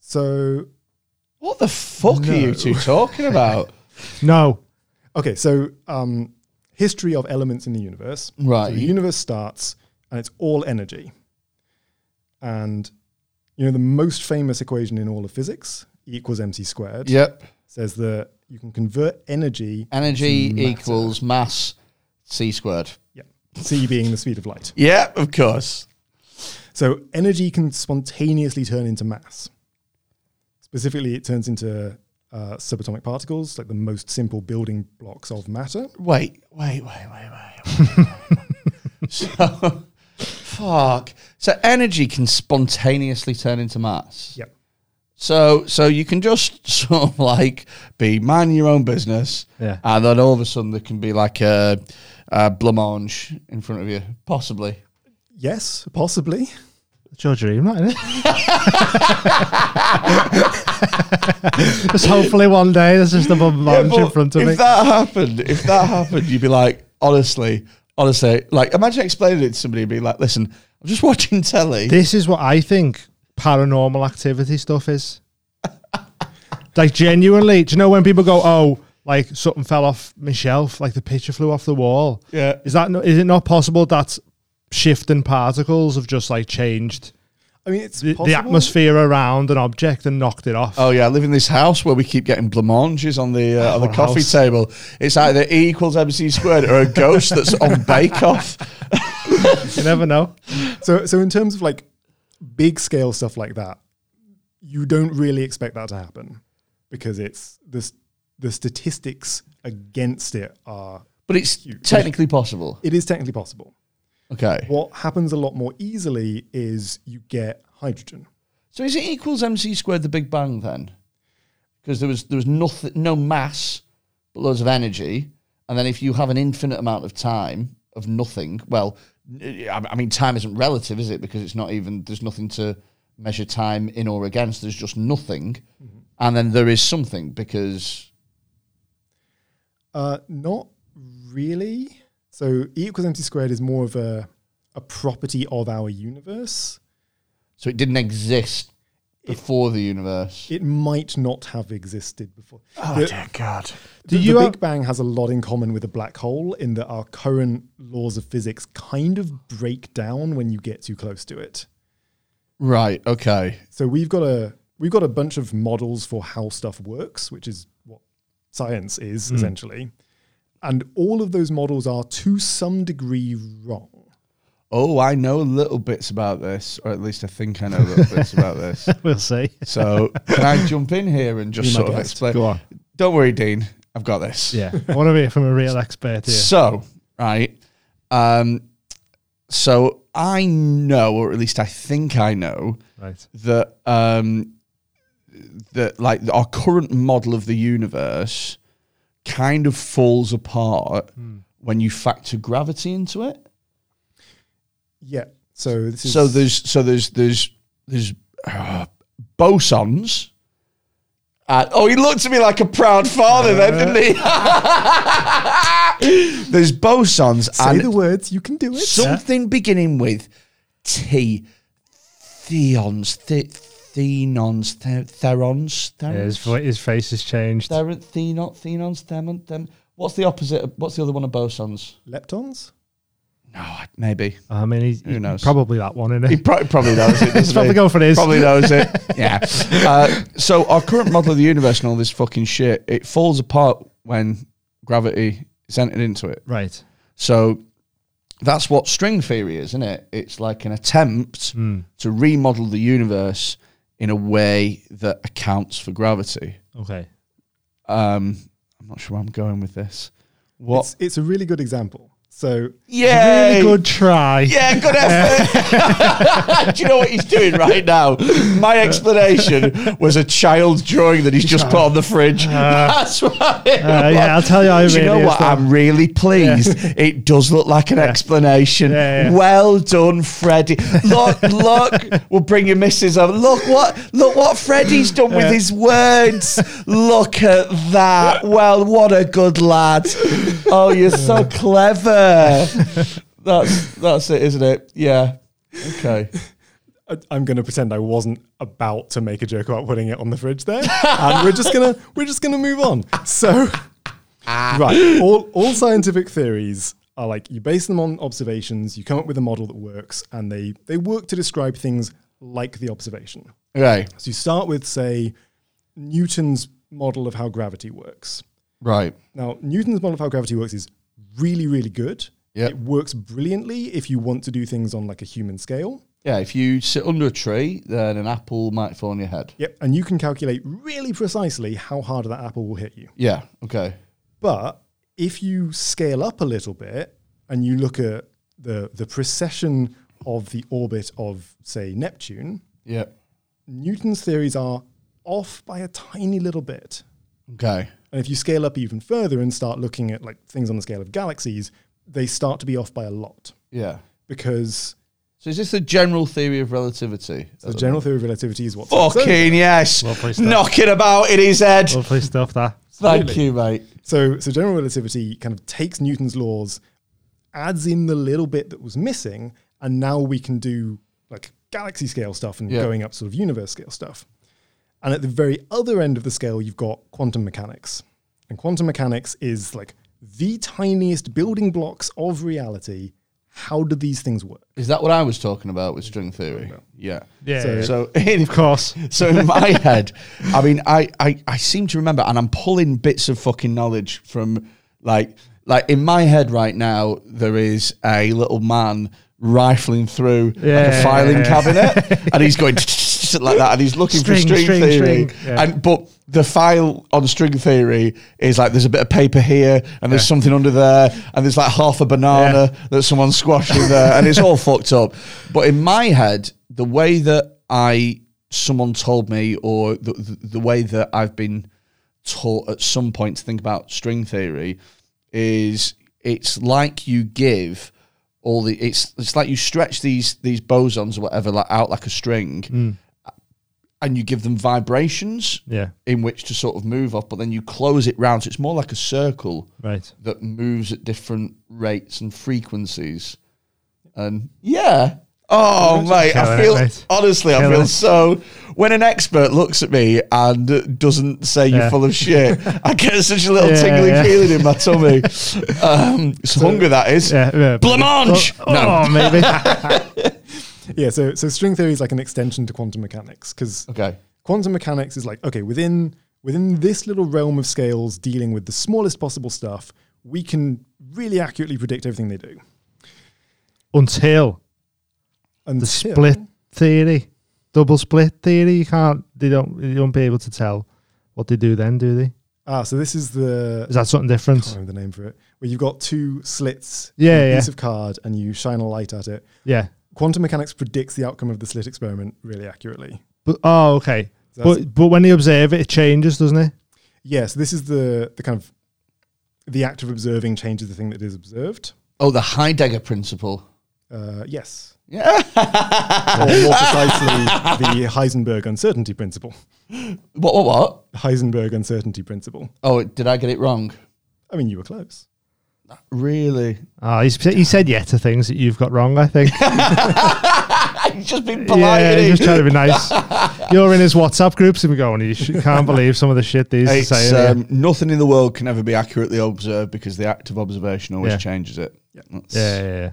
[SPEAKER 2] So
[SPEAKER 1] What the fuck are you
[SPEAKER 2] No.
[SPEAKER 1] two talking about?
[SPEAKER 3] No,
[SPEAKER 2] Okay, so um, history of elements in the universe.
[SPEAKER 3] Uh,
[SPEAKER 1] Right.
[SPEAKER 2] So the universe starts and it's all energy. And you know the most famous equation in all of physics, E equals mc squared,
[SPEAKER 1] yep.
[SPEAKER 2] says that you can convert energy,
[SPEAKER 1] Energy
[SPEAKER 2] Matter.
[SPEAKER 1] equals mass c squared.
[SPEAKER 2] yeah, c being the speed of light.
[SPEAKER 1] Yeah, of course.
[SPEAKER 2] So energy can spontaneously turn into mass. Specifically, it turns into uh, subatomic particles, like the most simple building blocks of matter.
[SPEAKER 1] Wait, wait, wait, wait, wait. wait. so, fuck. So energy can spontaneously turn into mass.
[SPEAKER 2] Yep.
[SPEAKER 1] So, so you can just sort of like be man your own business,
[SPEAKER 3] Yeah.
[SPEAKER 1] and then all of a sudden there can be like a, a blancmange in front of you, possibly.
[SPEAKER 2] Yes, possibly.
[SPEAKER 3] it's your dream, not it? just hopefully one day there's just a bunch
[SPEAKER 1] Yeah,
[SPEAKER 3] in
[SPEAKER 1] but
[SPEAKER 3] front of
[SPEAKER 1] if
[SPEAKER 3] me.
[SPEAKER 1] that happened, if that happened, you'd be like, honestly, honestly, like imagine explaining it to somebody and be like, listen, I'm just watching telly.
[SPEAKER 3] this is what I think paranormal activity stuff is. like genuinely, do you know when people go, "Oh, like something fell off my shelf, like the picture flew off the wall"?
[SPEAKER 1] Yeah.
[SPEAKER 3] Is that no, is it not possible that shifting particles have just like changed
[SPEAKER 2] I mean, it's
[SPEAKER 3] the,
[SPEAKER 2] possible.
[SPEAKER 3] the atmosphere around an object and knocked it off?
[SPEAKER 1] Oh yeah, I live in this house where we keep getting blancmanges on the uh, on the
[SPEAKER 3] What a
[SPEAKER 1] coffee
[SPEAKER 3] house.
[SPEAKER 1] table. It's either E equals MC squared or a ghost that's on Bake Off.
[SPEAKER 3] You never know.
[SPEAKER 2] So, so in terms of like big scale stuff like that, you don't really expect that to happen because it's this the statistics against it are
[SPEAKER 1] But it's technically possible.
[SPEAKER 2] it is technically possible.
[SPEAKER 1] Okay.
[SPEAKER 2] What happens a lot more easily is you get hydrogen.
[SPEAKER 1] So is it E equals MC squared the Big Bang then? Because there was there was nothing, no mass, but loads of energy, and then if you have an infinite amount of time of nothing, well, I I mean time isn't relative, is it? Because it's not even there's nothing to measure time in or against. There's just nothing, and then there is something because
[SPEAKER 2] Uh, not really. So E equals mc squared is more of a a property of our universe.
[SPEAKER 1] so it didn't exist before the universe.
[SPEAKER 2] It might not have existed before. The-
[SPEAKER 1] Oh, God.
[SPEAKER 3] Do
[SPEAKER 2] the,
[SPEAKER 3] you
[SPEAKER 2] the
[SPEAKER 3] have-
[SPEAKER 2] Big Bang has a lot in common with a black hole in that our current laws of physics kind of break down when you get too close to it.
[SPEAKER 1] Right. Okay.
[SPEAKER 2] So we've got a we've got a bunch of models for how stuff works, which is what science is
[SPEAKER 1] Hmm.
[SPEAKER 2] essentially. And all of those models are to some degree wrong.
[SPEAKER 1] Oh, I know little bits about this, or at least I think I know little bits about this.
[SPEAKER 3] We'll see.
[SPEAKER 1] So can I jump in here and just
[SPEAKER 2] Be my
[SPEAKER 1] sort of
[SPEAKER 2] guest.
[SPEAKER 1] explain?
[SPEAKER 3] Go on.
[SPEAKER 1] Don't worry, Dean. I've got this.
[SPEAKER 3] Yeah, I want to hear from a real expert here.
[SPEAKER 1] So right. Um, so I know, or at least I think I know,
[SPEAKER 3] Right.
[SPEAKER 1] that um, that like our current model of the universe kind of falls apart
[SPEAKER 2] Hmm.
[SPEAKER 1] when you factor gravity into it.
[SPEAKER 2] Yeah. So this is
[SPEAKER 1] So there's so there's there's there's uh, bosons Uh, oh, he looked at me like a proud father then, didn't he? There's bosons
[SPEAKER 2] Uh. Say
[SPEAKER 1] and
[SPEAKER 2] the words, you can do it.
[SPEAKER 1] something beginning with T. Theons, the, thenons, the, therons,
[SPEAKER 3] His,
[SPEAKER 1] therons,
[SPEAKER 3] vo- his face has changed.
[SPEAKER 1] theron, thenon, thenons, themon, them. What's the opposite? Of, what's the other one of bosons?
[SPEAKER 2] Leptons?
[SPEAKER 1] No, I- maybe.
[SPEAKER 3] I mean, he's,
[SPEAKER 1] Who knows?
[SPEAKER 3] Probably that one, isn't
[SPEAKER 1] He
[SPEAKER 3] it?
[SPEAKER 1] pro- probably knows it. doesn't
[SPEAKER 3] probably
[SPEAKER 1] he?
[SPEAKER 3] going for this.
[SPEAKER 1] Probably knows it. yeah. Uh, so our current model of the universe and all this fucking shit, it falls apart when gravity is entered into it.
[SPEAKER 3] Right.
[SPEAKER 1] So that's what string theory is, isn't it? It's like an attempt
[SPEAKER 3] Hmm.
[SPEAKER 1] to remodel the universe in a way that accounts for gravity.
[SPEAKER 3] Okay.
[SPEAKER 1] Um, I'm not sure where I'm going with this. What?
[SPEAKER 2] It's, it's a really good example. So
[SPEAKER 1] yeah,
[SPEAKER 3] Really good try.
[SPEAKER 1] Yeah, good effort. Do you know what he's doing right now? My explanation was a child's drawing that he's just put on the fridge. That's right.
[SPEAKER 3] Uh, yeah, I'll tell you how it
[SPEAKER 1] Do you know
[SPEAKER 3] really is,
[SPEAKER 1] what?
[SPEAKER 3] though.
[SPEAKER 1] I'm really pleased. It does look like an explanation.
[SPEAKER 3] Yeah, yeah.
[SPEAKER 1] Well done, Freddie. Look, look. We'll bring your missus over. Look what, look what Freddie's done with his words. Look at that. Well, what a good lad. Oh, you're so clever. That's that's it, isn't it? Yeah. Okay.
[SPEAKER 2] I- I'm going to pretend I wasn't about to make a joke about putting it on the fridge there, and we're just gonna we're just gonna move on. So, right, all all scientific theories are like you base them on observations, you come up with a model that works, and they they work to describe things like the observation.
[SPEAKER 1] Okay.
[SPEAKER 2] So you start with say Newton's model of how gravity works.
[SPEAKER 1] Right.
[SPEAKER 2] Now, Newton's model of how gravity works is really really good.
[SPEAKER 1] Yeah.
[SPEAKER 2] It works brilliantly if you want to do things on like a human scale.
[SPEAKER 1] Yeah. If you sit under a tree, then an apple might fall on your head.
[SPEAKER 2] Yep, and you can calculate really precisely how hard that apple will hit you.
[SPEAKER 1] Yeah. Okay.
[SPEAKER 2] But if you scale up a little bit and you look at the the precession of the orbit of say Neptune,
[SPEAKER 1] Yeah.
[SPEAKER 2] Newton's theories are off by a tiny little bit.
[SPEAKER 1] Okay.
[SPEAKER 2] And if you scale up even further and start looking at like things on the scale of galaxies, they start to be off by a lot
[SPEAKER 1] Yeah.
[SPEAKER 2] because
[SPEAKER 1] So is this the general theory of relativity?
[SPEAKER 2] the general theory of relativity is what
[SPEAKER 1] Fucking yes.
[SPEAKER 3] Lovely stuff.
[SPEAKER 1] Knocking about in his head.
[SPEAKER 3] Lovely stuff, that.
[SPEAKER 1] Thank you, mate.
[SPEAKER 2] So, so general relativity kind of takes Newton's laws, adds in the little bit that was missing, and now we can do like galaxy scale stuff and
[SPEAKER 1] Yeah.
[SPEAKER 2] going up sort of universe scale stuff. And at the very other end of the scale, you've got quantum mechanics. And quantum mechanics is like the tiniest building blocks of reality. How do these things work?
[SPEAKER 1] Is that what I was talking about with string theory? Yeah.
[SPEAKER 3] Yeah.
[SPEAKER 2] So-
[SPEAKER 1] So in,
[SPEAKER 3] of course.
[SPEAKER 1] so in my head, I mean, I, I I seem to remember, and I'm pulling bits of fucking knowledge from like like in my head right now. There is a little man rifling through like, a
[SPEAKER 3] Yeah.
[SPEAKER 1] filing cabinet, and he's going. Like that, and he's looking for
[SPEAKER 3] String,
[SPEAKER 1] string,
[SPEAKER 3] string,
[SPEAKER 1] theory,
[SPEAKER 3] string. Yeah.
[SPEAKER 1] and but the file on string theory is like there's a bit of paper here, and there's something under there, and there's like half a banana that someone squashed in there, and it's all fucked up. But in my head, the way that I someone told me, or the, the, the way that I've been taught at some point to think about string theory, is it's like you give all the it's it's like you stretch these these bosons or whatever like out like a string,
[SPEAKER 3] Mm.
[SPEAKER 1] and you give them vibrations
[SPEAKER 3] Yeah.
[SPEAKER 1] in which to sort of move off, but then you close it round. So it's more like a circle
[SPEAKER 3] Right.
[SPEAKER 1] that moves at different rates and frequencies. And yeah. Oh, mate, I
[SPEAKER 3] Killing it,
[SPEAKER 1] feel,
[SPEAKER 3] mate.
[SPEAKER 1] honestly, I
[SPEAKER 3] Killing
[SPEAKER 1] feel
[SPEAKER 3] it.
[SPEAKER 1] so. When an expert looks at me and uh, doesn't say you're
[SPEAKER 3] Yeah.
[SPEAKER 1] full of shit, I get such a little
[SPEAKER 3] Yeah,
[SPEAKER 1] tingling
[SPEAKER 3] yeah.
[SPEAKER 1] feeling in my tummy. Um, it's hunger, that is.
[SPEAKER 3] Yeah. yeah.
[SPEAKER 1] Blancmange!
[SPEAKER 3] Oh,
[SPEAKER 1] No.
[SPEAKER 3] oh, maybe.
[SPEAKER 2] Yeah, so, so string theory is like an extension to quantum mechanics because
[SPEAKER 1] Okay.
[SPEAKER 2] quantum mechanics is like okay within within this little realm of scales dealing with the smallest possible stuff we can really accurately predict everything they do
[SPEAKER 3] Until
[SPEAKER 2] and
[SPEAKER 3] the split theory, double split theory, you can't, they don't, you won't be able to tell what they do then, do they?
[SPEAKER 2] ah so this is the
[SPEAKER 3] Is that something
[SPEAKER 2] I
[SPEAKER 3] different?
[SPEAKER 2] can't remember the name for it where you've got two slits
[SPEAKER 3] Yeah,
[SPEAKER 2] in a
[SPEAKER 3] yeah.
[SPEAKER 2] piece of card and you shine a light at it
[SPEAKER 3] Yeah.
[SPEAKER 2] quantum mechanics predicts the outcome of the slit experiment really accurately
[SPEAKER 3] But, oh, okay.
[SPEAKER 2] So that's-
[SPEAKER 3] But, but when you observe it, it changes, doesn't it?
[SPEAKER 2] yeah so this is the the kind of the act of observing changes the thing that is observed
[SPEAKER 1] Oh, the Heidegger principle.
[SPEAKER 2] Uh, yes.
[SPEAKER 1] Yeah.
[SPEAKER 2] Or more precisely, the Heisenberg uncertainty principle.
[SPEAKER 1] What? What? What?
[SPEAKER 2] Heisenberg uncertainty principle.
[SPEAKER 1] Oh, did I get it wrong?
[SPEAKER 2] I mean, you were close.
[SPEAKER 1] Really?
[SPEAKER 3] Oh, he's, he said yeah to things that you've got wrong, I think.
[SPEAKER 1] You've just been polite.
[SPEAKER 3] yeah,
[SPEAKER 1] innit?
[SPEAKER 3] just trying to be nice. You're in his WhatsApp groups and we're going, you sh- can't believe some of the shit these are
[SPEAKER 1] It's,
[SPEAKER 3] saying. here."
[SPEAKER 1] um, nothing in the world can ever be accurately observed because the act of observation always
[SPEAKER 3] Yeah.
[SPEAKER 1] changes it. That's-
[SPEAKER 3] yeah, yeah, yeah.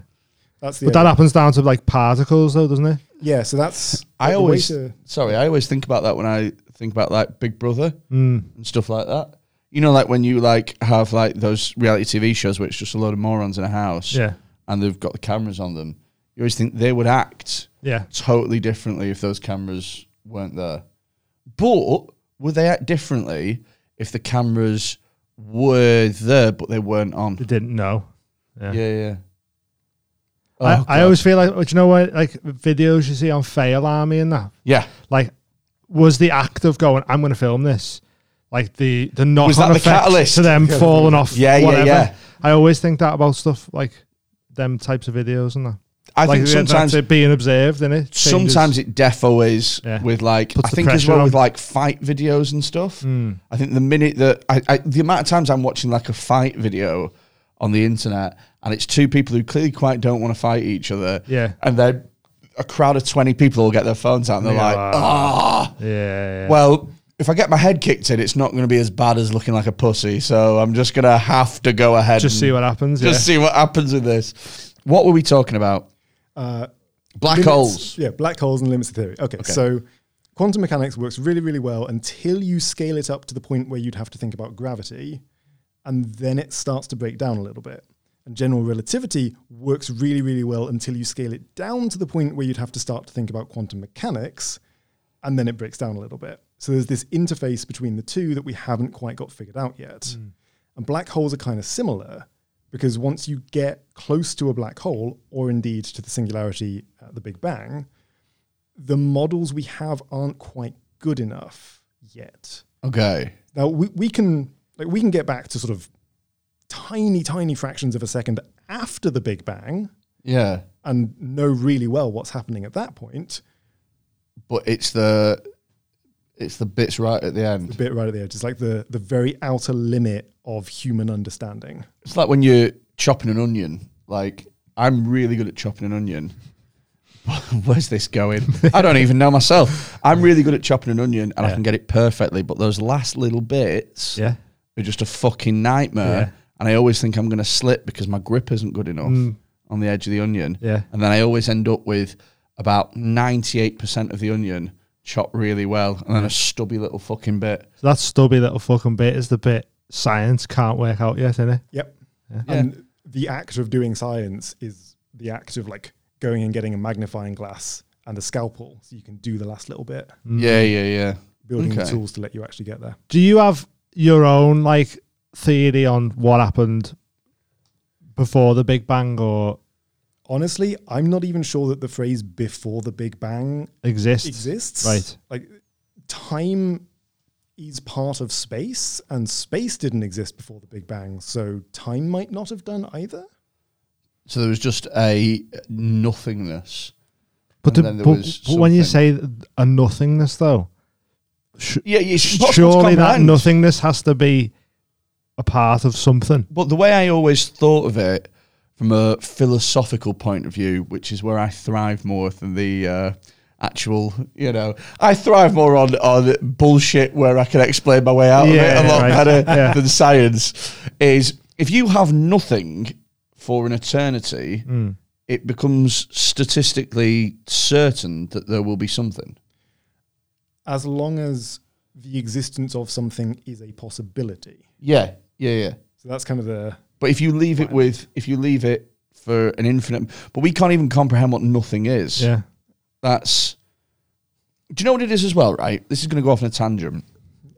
[SPEAKER 2] That's the
[SPEAKER 3] But that happens down to like particles, though, doesn't it?
[SPEAKER 2] yeah. So that's
[SPEAKER 1] I
[SPEAKER 2] the way
[SPEAKER 1] always
[SPEAKER 2] to-
[SPEAKER 1] sorry, I always think about that when I think about like Big Brother and stuff like that. You know, like when you like have like those reality TV shows where it's just a load of morons in a house,
[SPEAKER 3] Yeah.
[SPEAKER 1] and they've got the cameras on them. You always think they would act
[SPEAKER 3] Yeah.
[SPEAKER 1] totally differently if those cameras weren't there. But would they act differently if the cameras were there but they weren't on?
[SPEAKER 3] They didn't know.
[SPEAKER 1] Yeah,
[SPEAKER 3] Yeah.
[SPEAKER 1] yeah. Oh,
[SPEAKER 3] I, I
[SPEAKER 1] God.
[SPEAKER 3] always feel like, do you know what, like videos you see on Fail Army and that?
[SPEAKER 1] yeah.
[SPEAKER 3] Like, was the act of going, I'm going to film this, like the the knock
[SPEAKER 1] Was that
[SPEAKER 3] on
[SPEAKER 1] the
[SPEAKER 3] effect
[SPEAKER 1] catalyst?
[SPEAKER 3] to them
[SPEAKER 2] Yeah.
[SPEAKER 3] falling off?
[SPEAKER 1] Yeah, yeah,
[SPEAKER 3] whatever.
[SPEAKER 1] yeah.
[SPEAKER 3] I always think that about stuff like them types of videos and that.
[SPEAKER 1] I
[SPEAKER 3] like
[SPEAKER 1] think
[SPEAKER 3] that-
[SPEAKER 1] sometimes
[SPEAKER 3] that's it being observed, in it Changes.
[SPEAKER 1] sometimes it defo is
[SPEAKER 3] Yeah.
[SPEAKER 1] with like
[SPEAKER 3] Puts
[SPEAKER 1] I
[SPEAKER 3] the
[SPEAKER 1] think as
[SPEAKER 3] pressure
[SPEAKER 1] well with
[SPEAKER 3] on. Hmm.
[SPEAKER 1] like fight videos and stuff. I think the minute that I, I the amount of times I'm watching like a fight video on the internet and it's two people who clearly quite don't want to fight each other.
[SPEAKER 3] Yeah.
[SPEAKER 1] And then a crowd of twenty people will get their phones out and they're
[SPEAKER 3] Yeah.
[SPEAKER 1] like, ah
[SPEAKER 3] yeah, yeah.
[SPEAKER 1] well, if I get my head kicked in, it's not gonna be as bad as looking like a pussy. So I'm just gonna have to go ahead
[SPEAKER 3] just
[SPEAKER 1] and
[SPEAKER 3] see what happens.
[SPEAKER 1] just see what happens with this. What were we talking about?
[SPEAKER 2] uh,
[SPEAKER 1] Black
[SPEAKER 2] limits-
[SPEAKER 1] holes.
[SPEAKER 2] Yeah, black holes and limits of theory. Okay, so quantum mechanics works really, really well until you scale it up to the point where you'd have to think about gravity, and then it starts to break down a little bit. And general relativity works really, really well until you scale it down to the point where you'd have to start to think about quantum mechanics, and then it breaks down a little bit. So there's this interface between the two that we haven't quite got figured out yet.
[SPEAKER 1] Hmm.
[SPEAKER 2] And black holes are kind of similar because once you get close to a black hole, or indeed to the singularity at the Big Bang, the models we have aren't quite good enough yet.
[SPEAKER 1] Okay.
[SPEAKER 2] Now we, we can like we can get back to sort of tiny, tiny fractions of a second after the Big Bang
[SPEAKER 1] Yeah.
[SPEAKER 2] and know really well what's happening at that point.
[SPEAKER 1] but it's the it's the bits right at the
[SPEAKER 2] The
[SPEAKER 1] end.
[SPEAKER 2] bit right at the edge is like the the very outer limit of human understanding.
[SPEAKER 1] It's like when you're chopping an onion. Like I'm really good at chopping an onion. Where's this going? I don't even know myself. I'm really good at chopping an onion and I can get it perfectly, but those last little bits
[SPEAKER 3] yeah.
[SPEAKER 1] are just a fucking nightmare.
[SPEAKER 3] Yeah.
[SPEAKER 1] And I always think I'm going to slip because my grip isn't good enough on the edge of the onion.
[SPEAKER 3] Mm. Yeah.
[SPEAKER 1] And then I always end up with about 98% of the onion chopped really well and then a stubby little fucking bit.
[SPEAKER 3] So that stubby little fucking bit is the bit science can't work out yet, innit?
[SPEAKER 2] Yep.
[SPEAKER 1] Yeah.
[SPEAKER 2] And the act of doing science is the act of like going and getting a magnifying glass and a scalpel so you can do the last little bit,
[SPEAKER 1] Yeah, yeah, yeah.
[SPEAKER 2] building the
[SPEAKER 1] Okay.
[SPEAKER 2] tools to let you actually get there.
[SPEAKER 3] Do you have your own like theory on what happened before the Big Bang or
[SPEAKER 2] Honestly, I'm not even sure that the phrase before the Big Bang
[SPEAKER 3] exists?
[SPEAKER 2] exists.
[SPEAKER 3] Right.
[SPEAKER 2] Like time is part of space and space didn't exist before the Big Bang, so time might not have done either.
[SPEAKER 1] So there was just a nothingness. And
[SPEAKER 3] But, the-
[SPEAKER 1] then there
[SPEAKER 3] but-
[SPEAKER 1] was
[SPEAKER 3] but when you say
[SPEAKER 1] something.
[SPEAKER 3] a nothingness, though, sh-
[SPEAKER 1] Yeah, yeah
[SPEAKER 3] surely that nothingness has to be a part of something.
[SPEAKER 1] But the way I always thought of it from a philosophical point of view, which is where I thrive more than the uh, actual, you know, I thrive more on, on bullshit where I can explain my way out
[SPEAKER 3] Yeah,
[SPEAKER 1] of it a lot
[SPEAKER 3] right.
[SPEAKER 1] better
[SPEAKER 3] Yeah.
[SPEAKER 1] than science, is if you have nothing for an eternity, it becomes statistically certain that there will be something.
[SPEAKER 2] As long as the existence of something is a possibility.
[SPEAKER 1] Yeah, yeah, yeah.
[SPEAKER 2] So that's kind of the
[SPEAKER 1] But if you leave it with, if you leave it for an infinite, but we can't even comprehend what nothing is.
[SPEAKER 3] Yeah.
[SPEAKER 1] That's. Do you know what it is as well? Right, this is going to go off on a tangent.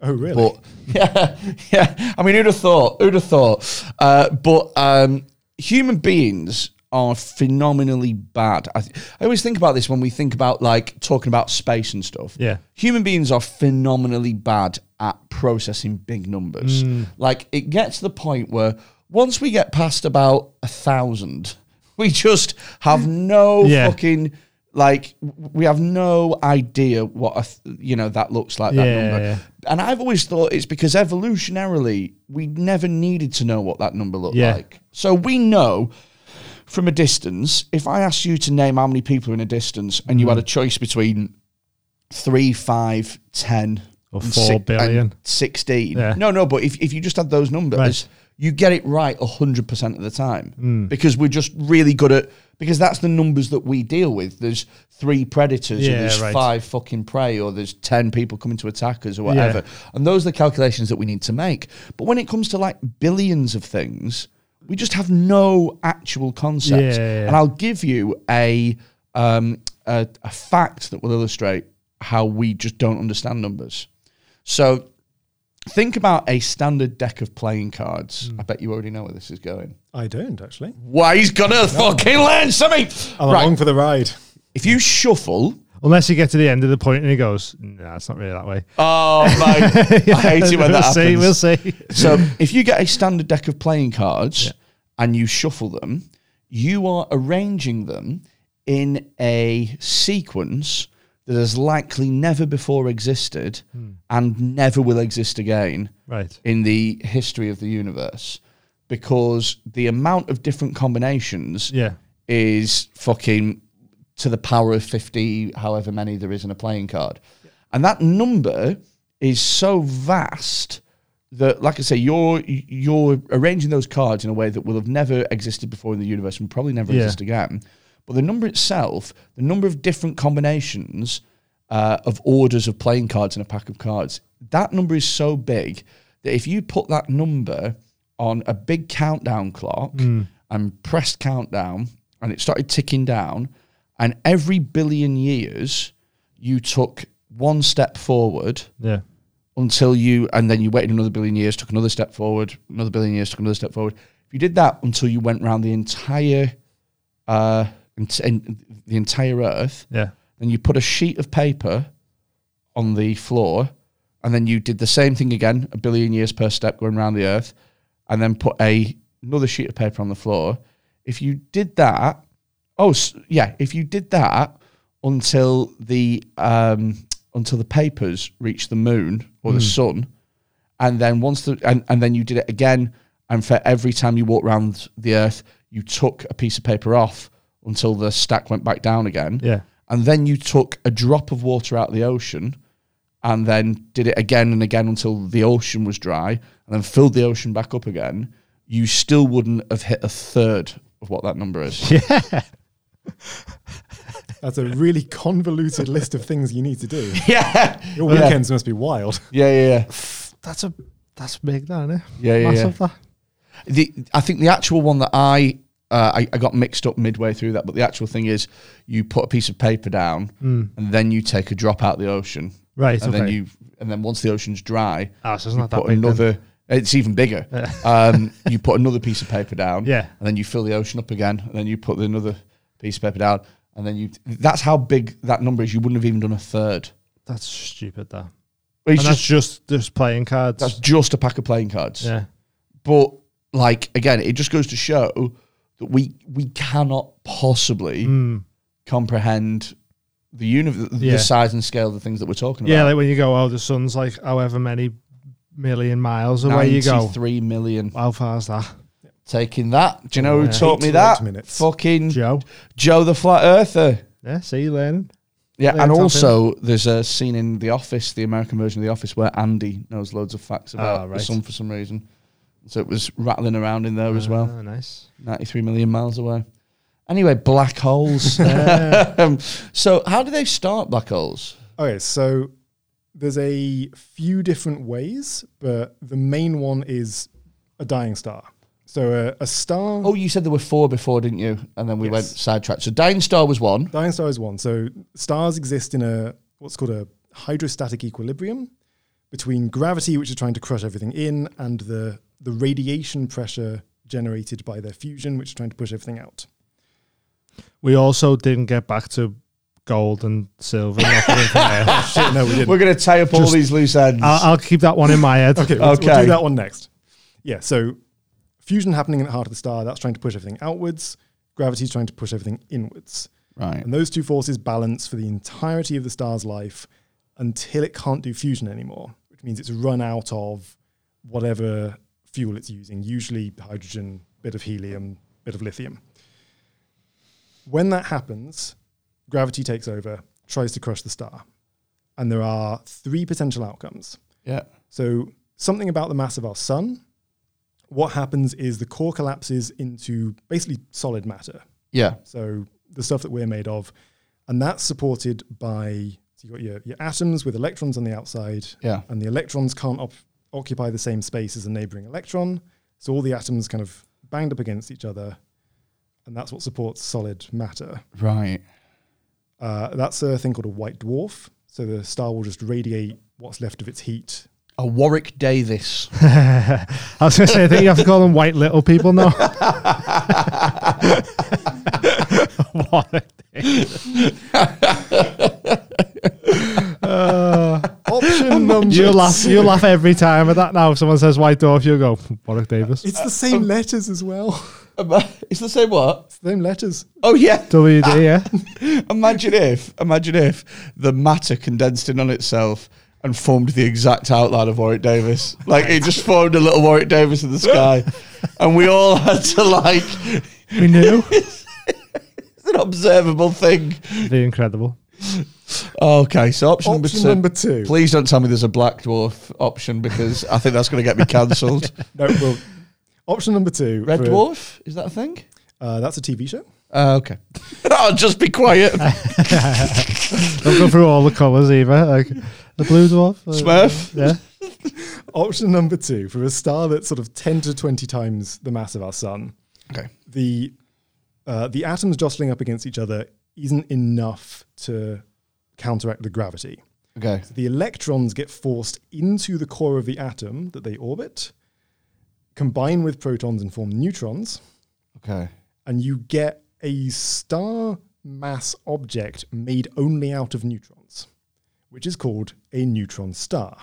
[SPEAKER 2] Oh really?
[SPEAKER 1] But yeah, yeah. I mean, who'd have thought? Who'd have thought? Uh, but um, human beings are phenomenally bad. I, th- I always think about this when we think about like talking about space and stuff.
[SPEAKER 3] Yeah.
[SPEAKER 1] human beings are phenomenally bad at processing big numbers.
[SPEAKER 3] Hmm.
[SPEAKER 1] Like it gets to the point where once we get past about a thousand. We just have no
[SPEAKER 3] Yeah.
[SPEAKER 1] fucking like we have no idea what a th- you know that looks like that
[SPEAKER 3] Yeah,
[SPEAKER 1] number.
[SPEAKER 3] yeah.
[SPEAKER 1] And I've always thought it's because evolutionarily we never needed to know what that number looked
[SPEAKER 3] Yeah.
[SPEAKER 1] like. So we know from a distance. If I asked you to name how many people are in a distance, and
[SPEAKER 3] Mm-hmm.
[SPEAKER 1] you had a choice between three, five, ten,
[SPEAKER 3] Or
[SPEAKER 1] and
[SPEAKER 3] four
[SPEAKER 1] six-
[SPEAKER 3] billion.
[SPEAKER 1] and sixteen.
[SPEAKER 3] Yeah.
[SPEAKER 1] No, no, but if, if you just had those numbers,
[SPEAKER 3] Right. Mm.
[SPEAKER 1] you get it right hundred percent of the time because we're just really good at because that's the numbers that we deal with. There's three predators, or
[SPEAKER 3] Yeah,
[SPEAKER 1] there's
[SPEAKER 3] right.
[SPEAKER 1] five fucking prey, or there's ten people coming to attack us, or whatever. And those are the calculations that we need to make. But when it comes to like billions of things, we just have no actual concept.
[SPEAKER 3] Yeah, yeah, yeah.
[SPEAKER 1] And I'll give you a, um, a a fact that will illustrate how we just don't understand numbers. So think about a standard deck of playing cards.
[SPEAKER 3] Hmm.
[SPEAKER 1] I bet you already know where this is going.
[SPEAKER 2] I don't actually.
[SPEAKER 1] Why he's gonna fucking learn something.
[SPEAKER 2] I'm
[SPEAKER 1] Mm-hmm. right.
[SPEAKER 2] along for the ride.
[SPEAKER 1] If you shuffle,
[SPEAKER 3] Unless you get to the end of the point and he goes, nah, it's not really that way.
[SPEAKER 1] oh my, I hate it when
[SPEAKER 3] we'll
[SPEAKER 1] that happens.
[SPEAKER 3] see. We'll see.
[SPEAKER 1] So if you get a standard deck of playing cards and you shuffle them, you are arranging them in a sequence that has likely never before existed
[SPEAKER 3] Hmm.
[SPEAKER 1] and never will exist again
[SPEAKER 3] Right.
[SPEAKER 1] in the history of the universe because the amount of different combinations
[SPEAKER 3] Yeah.
[SPEAKER 1] is fucking to the power of 50, however many there is in a playing card. And that number is so vast that, like I say, you're you're arranging those cards in a way that will have never existed before in the universe and probably never
[SPEAKER 3] Yeah.
[SPEAKER 1] exist again. But the number itself, the number of different combinations uh, of orders of playing cards in a pack of cards, that number is so big that if you put that number on a big countdown clock and pressed countdown and it started ticking down, and every billion years you took one step forward
[SPEAKER 3] Yeah.
[SPEAKER 1] until you, and then you waited another billion years, took another step forward, another billion years, took another step forward. If you did that until you went round the entire, uh, ent- en- the entire Earth,
[SPEAKER 3] Yeah.
[SPEAKER 1] then you put a sheet of paper on the floor, and then you did the same thing again, a billion years per step going round the Earth, and then put a another sheet of paper on the floor. If you did that, oh s- yeah, if you did that until the um, until the papers reached the moon or the sun, and then once the and, and then you did it again, and for every time you walked around the Earth, you took a piece of paper off until the stack went back down again
[SPEAKER 3] Yeah.
[SPEAKER 1] and then you took a drop of water out of the ocean and then did it again and again until the ocean was dry and then filled the ocean back up again, you still wouldn't have hit a third of what that number is.
[SPEAKER 2] That's a really convoluted list of things you need to do.
[SPEAKER 1] Yeah.
[SPEAKER 2] Your
[SPEAKER 1] Yeah.
[SPEAKER 2] weekends must be wild.
[SPEAKER 1] Yeah, yeah, yeah.
[SPEAKER 3] That's a that's big, that, isn't it?
[SPEAKER 1] Yeah, yeah,
[SPEAKER 3] Massive, that.
[SPEAKER 1] The, I think the actual one that I, uh, I I got mixed up midway through that, but the actual thing is you put a piece of paper down and then you take a drop out of the ocean.
[SPEAKER 3] Hmm. Right,
[SPEAKER 1] And then
[SPEAKER 3] okay.
[SPEAKER 1] you and then once the ocean's dry,
[SPEAKER 3] Oh, so it's
[SPEAKER 1] you
[SPEAKER 3] not that
[SPEAKER 1] put
[SPEAKER 3] big then.
[SPEAKER 1] another. It's even bigger. um, you put another piece of paper down,
[SPEAKER 3] Yeah.
[SPEAKER 1] and then you fill the ocean up again, and then you put another piece of paper down, and then you. That's how big that number is. You wouldn't have even done a third.
[SPEAKER 3] That's stupid, that.
[SPEAKER 1] It's
[SPEAKER 3] and
[SPEAKER 1] just
[SPEAKER 3] that's just just playing cards.
[SPEAKER 1] that's just a pack of playing cards.
[SPEAKER 3] yeah.
[SPEAKER 1] But like again, it just goes to show that we we cannot possibly comprehend the universe,
[SPEAKER 3] Hmm. Yeah.
[SPEAKER 1] the size and scale of the things that we're talking
[SPEAKER 3] Yeah,
[SPEAKER 1] about.
[SPEAKER 3] like when you go, oh, the sun's like however many million miles away. You go,
[SPEAKER 1] three million.
[SPEAKER 3] how far is that,
[SPEAKER 1] Taking that. Do you know who
[SPEAKER 3] Yeah.
[SPEAKER 1] taught me
[SPEAKER 2] Eight
[SPEAKER 1] that?
[SPEAKER 2] minutes.
[SPEAKER 1] Fucking
[SPEAKER 3] Joe?
[SPEAKER 1] Joe the Flat Earther.
[SPEAKER 3] Yeah, see, you learning.
[SPEAKER 1] Yeah,
[SPEAKER 3] Yeah,
[SPEAKER 1] and
[SPEAKER 3] top
[SPEAKER 1] also there's a scene in The Office, the American version of The Office, where Andy knows loads of facts about
[SPEAKER 3] Ah,
[SPEAKER 1] the
[SPEAKER 3] right.
[SPEAKER 1] sun for some reason. So it was rattling around in there Oh, as well,
[SPEAKER 3] Ah, nice.
[SPEAKER 1] 93 million miles away. Anyway, black holes. um, so how do they start black holes?
[SPEAKER 2] Okay, so there's a few different ways, but the main one is a dying star. So a, a star,
[SPEAKER 1] Oh, you said there were four before, didn't you? And then we went
[SPEAKER 2] Yes.
[SPEAKER 1] sidetracked. So Dying Star was one.
[SPEAKER 2] dying star is one. So stars exist in a what's called a hydrostatic equilibrium between gravity, which is trying to crush everything in, and the the radiation pressure generated by their fusion, which is trying to push everything out.
[SPEAKER 3] We also didn't get back to gold and silver. nothing in there.
[SPEAKER 1] Ah.
[SPEAKER 2] Shit, no, we didn't.
[SPEAKER 1] We're going to tie up all these loose ends.
[SPEAKER 3] I'll, I'll keep that one in my head.
[SPEAKER 2] Okay, we'll, we'll
[SPEAKER 1] Okay.
[SPEAKER 2] do that one next. Yeah, so fusion happening in the heart of the star, that's trying to push everything outwards. gravity's trying to push everything inwards.
[SPEAKER 1] Right.
[SPEAKER 2] And those two forces balance for the entirety of the star's life until it can't do fusion anymore, which means it's run out of whatever fuel it's using, usually hydrogen, bit of helium, bit of lithium. When that happens, gravity takes over, tries to crush the star. And there are three potential outcomes.
[SPEAKER 1] Yeah.
[SPEAKER 2] So, something about the mass of our sun. What happens is the core collapses into basically solid matter,
[SPEAKER 1] Yeah.
[SPEAKER 2] so the stuff that we're made of, and that's supported by so you got your, your atoms with electrons on the outside,
[SPEAKER 1] Yeah.
[SPEAKER 2] and the electrons can't op- occupy the same space as a neighboring electron, so all the atoms kind of banged up against each other, and that's what supports solid matter.
[SPEAKER 1] Right.
[SPEAKER 2] Uh, that's a thing called a white dwarf. So the star will just radiate what's left of its heat.
[SPEAKER 1] A Warwick Davis.
[SPEAKER 3] I was going to say, I think you have to call them white little people now. what a thing. Uh,
[SPEAKER 2] Option number
[SPEAKER 3] you laugh,
[SPEAKER 2] two-
[SPEAKER 3] you laugh every time at that. Now, if someone says white dwarf, you go Warwick Davis.
[SPEAKER 2] It's the same letters as well.
[SPEAKER 1] it's the same what?
[SPEAKER 2] oh. Same letters.
[SPEAKER 1] Oh yeah.
[SPEAKER 3] WD, yeah.
[SPEAKER 1] Imagine if, imagine if the matter condensed in on itself and formed the exact outline of Warwick Davis. Like it just formed a little Warwick Davis in the sky, and we all had to like.
[SPEAKER 3] We knew
[SPEAKER 1] It's an observable thing.
[SPEAKER 3] the incredible.
[SPEAKER 1] Okay, so option, number
[SPEAKER 2] Option
[SPEAKER 1] two.
[SPEAKER 2] number two.
[SPEAKER 1] Please don't tell me there's a black dwarf option because I think that's going to get me cancelled.
[SPEAKER 2] No, well, option number two.
[SPEAKER 1] Red
[SPEAKER 2] for-
[SPEAKER 1] dwarf is that a thing?
[SPEAKER 2] Uh, that's a TV show.
[SPEAKER 1] Uh, okay, I'll just be quiet.
[SPEAKER 3] Don't go through all the colours either. Like the blue dwarf. uh,
[SPEAKER 1] Smurf.
[SPEAKER 3] Yeah.
[SPEAKER 2] Option number two for a star that's sort of 10 to 20 times the mass of our sun.
[SPEAKER 1] Okay.
[SPEAKER 2] The, uh, the atoms jostling up against each other isn't enough to counteract the gravity.
[SPEAKER 1] Okay.
[SPEAKER 2] The electrons get forced into the core of the atom that they orbit, combine with protons and form neutrons,
[SPEAKER 1] Okay.
[SPEAKER 2] and you get a star mass object made only out of neutrons, which is called a neutron star.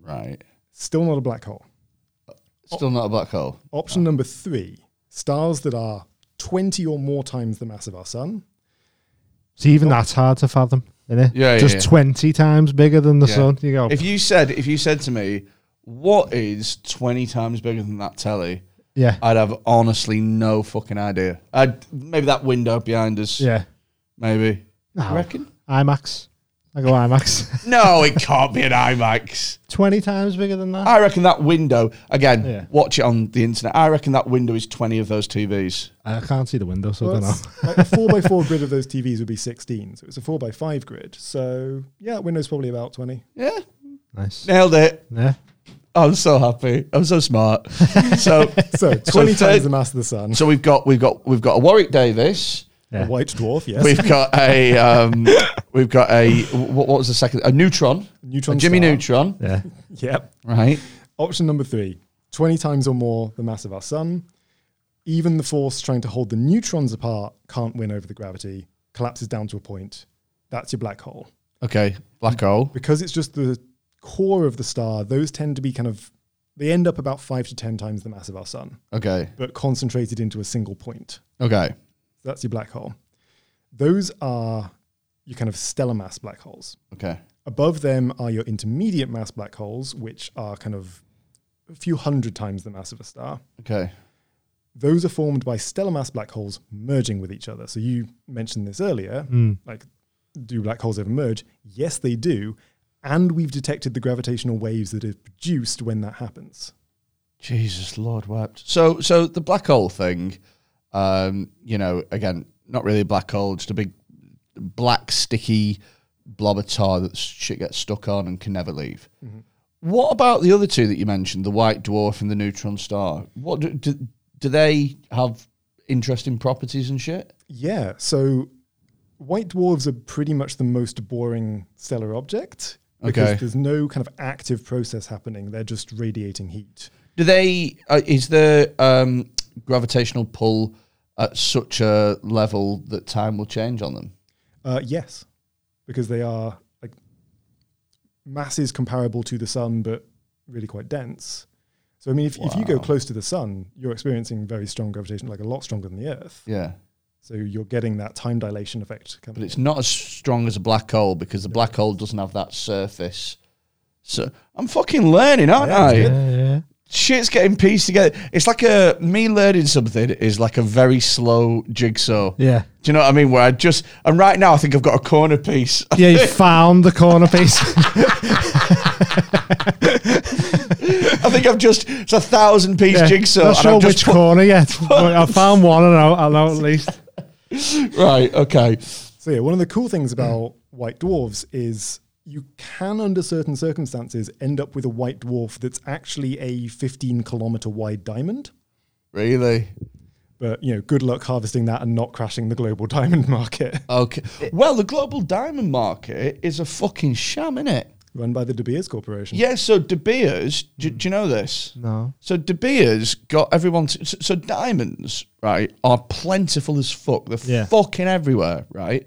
[SPEAKER 1] Right.
[SPEAKER 2] Still not a black hole.
[SPEAKER 1] Still not a black hole.
[SPEAKER 2] Option number three stars that are 20 or more times the mass of our sun.
[SPEAKER 3] See, even that's hard to fathom, isn't it?
[SPEAKER 1] Yeah, yeah,
[SPEAKER 3] Just
[SPEAKER 1] yeah.
[SPEAKER 3] 20 times bigger than the
[SPEAKER 1] Yeah.
[SPEAKER 3] sun. You go,
[SPEAKER 1] If you said, if you said to me, what is twenty times bigger than that telly?
[SPEAKER 3] yeah.
[SPEAKER 1] I'd have honestly no fucking idea. I'd maybe that window behind us.
[SPEAKER 3] yeah.
[SPEAKER 1] Maybe.
[SPEAKER 3] No.
[SPEAKER 1] You reckon?
[SPEAKER 3] IMAX. I go IMAX.
[SPEAKER 1] No, it can't be an IMAX.
[SPEAKER 3] 20 times bigger than that?
[SPEAKER 1] I reckon that window again.
[SPEAKER 3] Yeah.
[SPEAKER 1] Watch it on the internet. I reckon that window is twenty of those TVs.
[SPEAKER 3] I can't see the window, so I don't know.
[SPEAKER 2] That's- like a 4 by 4 grid of those TVs would be 16. So it's a 4 by 5 grid. So yeah, that window's probably about 20.
[SPEAKER 1] Yeah,
[SPEAKER 3] Nice.
[SPEAKER 1] nailed it.
[SPEAKER 3] Yeah.
[SPEAKER 1] I'm so happy. I'm so smart. so,
[SPEAKER 2] So 20
[SPEAKER 1] So
[SPEAKER 2] times
[SPEAKER 1] third-
[SPEAKER 2] the mass of the sun.
[SPEAKER 1] so we've got we've got we've got a Warwick Davis.
[SPEAKER 2] A
[SPEAKER 3] Yeah.
[SPEAKER 2] white dwarf, yes.
[SPEAKER 1] We've got a um, we've got a what, what was the second? A neutron.
[SPEAKER 2] Neutron
[SPEAKER 1] a Jimmy
[SPEAKER 2] star.
[SPEAKER 1] Neutron.
[SPEAKER 3] Yeah.
[SPEAKER 2] Yep.
[SPEAKER 1] Right.
[SPEAKER 2] Option number three 20 times or more the mass of our sun. Even the force trying to hold the neutrons apart can't win over the gravity, collapses down to a point. That's your black hole.
[SPEAKER 1] Okay. Black hole.
[SPEAKER 2] because it's just the core of the star, those tend to be kind of they end up about five to ten times the mass of our sun,
[SPEAKER 1] Okay.
[SPEAKER 2] but concentrated into a single point.
[SPEAKER 1] Okay.
[SPEAKER 2] So that's your black hole. Those are your kind of stellar mass black holes.
[SPEAKER 1] Okay.
[SPEAKER 2] Above them are your intermediate mass black holes, which are kind of a few hundred times the mass of a star.
[SPEAKER 1] Okay.
[SPEAKER 2] Those are formed by stellar mass black holes merging with each other. So you mentioned this earlier.
[SPEAKER 3] Mm.
[SPEAKER 2] like do black holes ever merge? Yes, they do. And we've detected the gravitational waves that are produced when that happens.
[SPEAKER 1] Jesus Lord wept. So so the black hole thing, um, you know, again, not really a black hole, just a big black sticky blob of tar that shit gets stuck on and can never leave. What about the other two that you mentioned, the white dwarf and the neutron star? What do, do, do they have interesting properties and shit?
[SPEAKER 2] Yeah, so white dwarves are pretty much the most boring stellar object because
[SPEAKER 1] Okay.
[SPEAKER 2] there's no kind of active process happening. They're just radiating heat.
[SPEAKER 1] Do they? Uh, is there um, gravitational pull at such a level that time will change on them?
[SPEAKER 2] Uh, yes, because they are like masses comparable to the sun, but really quite dense. So I mean, if, if you go close to the sun, you're experiencing very strong gravitation, like a lot stronger than the Earth.
[SPEAKER 1] Yeah.
[SPEAKER 2] So you're getting that time dilation effect. Coming
[SPEAKER 1] But it's not as strong as a black hole because the black hole doesn't have that surface. So I'm fucking learning, aren't
[SPEAKER 2] Yeah,
[SPEAKER 1] I?
[SPEAKER 2] it's
[SPEAKER 3] Yeah, yeah.
[SPEAKER 1] Shit's getting pieced together. It's like a me learning something is like a very slow jigsaw.
[SPEAKER 3] Yeah.
[SPEAKER 1] Do you know what I mean? Where I just and right now I think I've got a corner piece.
[SPEAKER 3] Yeah, you found the corner piece.
[SPEAKER 1] I think I've just it's a thousand piece
[SPEAKER 3] Yeah.
[SPEAKER 1] jigsaw.
[SPEAKER 3] Not sure
[SPEAKER 1] I've just Um,
[SPEAKER 3] which corner yet. but I found one, and I'll, I'll know at least.
[SPEAKER 1] put- right, okay.
[SPEAKER 2] So yeah, one of the cool
[SPEAKER 1] Mm.
[SPEAKER 2] things about white dwarves is you can, under certain circumstances, end up with a white dwarf that's actually a 15 kilometer wide diamond.
[SPEAKER 1] Really?
[SPEAKER 2] But you know, good luck harvesting that and not crashing the global diamond market
[SPEAKER 1] Okay. Well, the global diamond market is a fucking sham, isn't it?
[SPEAKER 2] run by the De Beers Corporation.
[SPEAKER 1] Yeah, so De Beers, do, do you know this?
[SPEAKER 3] Hmm. No.
[SPEAKER 1] So De Beers got everyone. To, so, so diamonds, right, are plentiful as fuck. They're
[SPEAKER 3] Yeah.
[SPEAKER 1] fucking everywhere, right?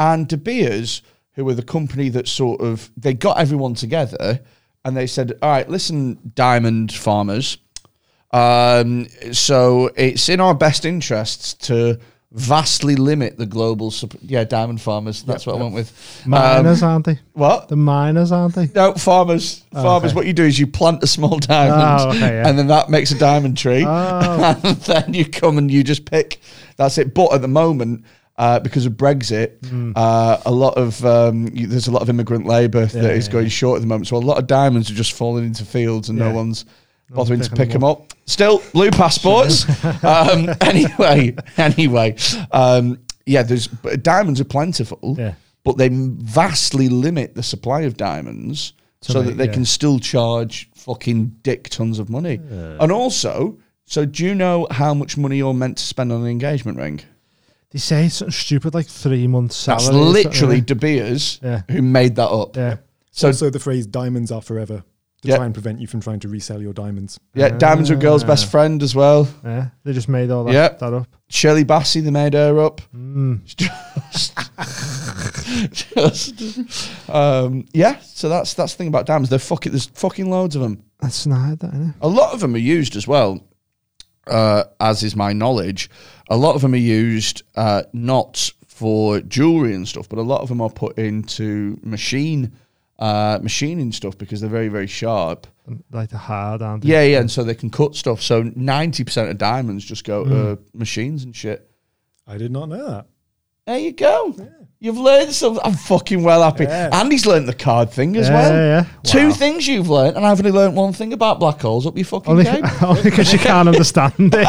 [SPEAKER 1] And De Beers, who were the company that sort of they got everyone together, and they said, "All right, listen, diamond farmers. Um, so it's in our best interests to." Vastly limit the global, supp- yeah, diamond farmers. That's what I went with. Um,
[SPEAKER 3] Miners, aren't they?
[SPEAKER 1] what?
[SPEAKER 3] The miners, aren't they?
[SPEAKER 1] No, farmers. farmers.
[SPEAKER 3] Oh, okay.
[SPEAKER 1] What you do is you plant a small diamond,
[SPEAKER 3] Oh, okay, yeah.
[SPEAKER 1] and then that makes a diamond tree,
[SPEAKER 3] Oh.
[SPEAKER 1] and then you come and you just pick. That's it. But at the moment, uh, because of Brexit,
[SPEAKER 3] Hmm.
[SPEAKER 1] uh, a lot of um, you, there's a lot of immigrant labour that is
[SPEAKER 3] yeah,
[SPEAKER 1] going short at the moment. So a lot of diamonds are just falling into fields, and no
[SPEAKER 3] Yeah.
[SPEAKER 1] one's
[SPEAKER 3] one's
[SPEAKER 1] bothering to
[SPEAKER 3] picking
[SPEAKER 1] pick them up. Still, blue passports. um, anyway, anyway, um, yeah. There's but diamonds are plentiful
[SPEAKER 3] Yeah.
[SPEAKER 1] but they vastly limit the supply of diamonds so
[SPEAKER 3] make-
[SPEAKER 1] that they
[SPEAKER 3] yeah.
[SPEAKER 1] can still charge fucking dick tons of money. And also, so do you know how much money you're meant to spend on an engagement ring?
[SPEAKER 3] They say it's something stupid like three months salary.
[SPEAKER 1] That's
[SPEAKER 3] or something,
[SPEAKER 1] literally
[SPEAKER 3] yeah.
[SPEAKER 1] De Beers
[SPEAKER 3] Yeah.
[SPEAKER 1] who made that up.
[SPEAKER 3] Yeah.
[SPEAKER 1] So
[SPEAKER 2] also, the phrase "diamonds are forever" to
[SPEAKER 1] Yeah.
[SPEAKER 2] try and prevent you from trying to resell your diamonds.
[SPEAKER 1] yeah, diamonds are a girl's best friend as well.
[SPEAKER 3] Yeah. They just made all that,
[SPEAKER 1] Yeah.
[SPEAKER 3] that up.
[SPEAKER 1] Shirley Bassey, they made her up.
[SPEAKER 3] Mm.
[SPEAKER 1] Just, just, um, yeah. So that's that's the thing about diamonds. They're fucking there's fucking loads of them.
[SPEAKER 3] That's not that, innit?
[SPEAKER 1] A lot of them are used as well, uh, as is my knowledge. A lot of them are used uh, not for jewelry and stuff, but a lot of them are put into machine uh, machining stuff because they're very very sharp.
[SPEAKER 3] Like the hard, aren't they?
[SPEAKER 1] Yeah, yeah, and so they can cut stuff. So ninety percent of diamonds just go to machines and shit.
[SPEAKER 2] I did not know that.
[SPEAKER 1] There you go. You've learned something. I'm fucking well happy.
[SPEAKER 2] Yeah.
[SPEAKER 1] Andy's learned the card thing as
[SPEAKER 3] Yeah,
[SPEAKER 1] well.
[SPEAKER 3] yeah, yeah.
[SPEAKER 1] Two
[SPEAKER 3] Wow.
[SPEAKER 1] things you've learned, and I've only learned one thing about black holes up your fucking
[SPEAKER 3] Only
[SPEAKER 1] game.
[SPEAKER 3] because you can't understand it.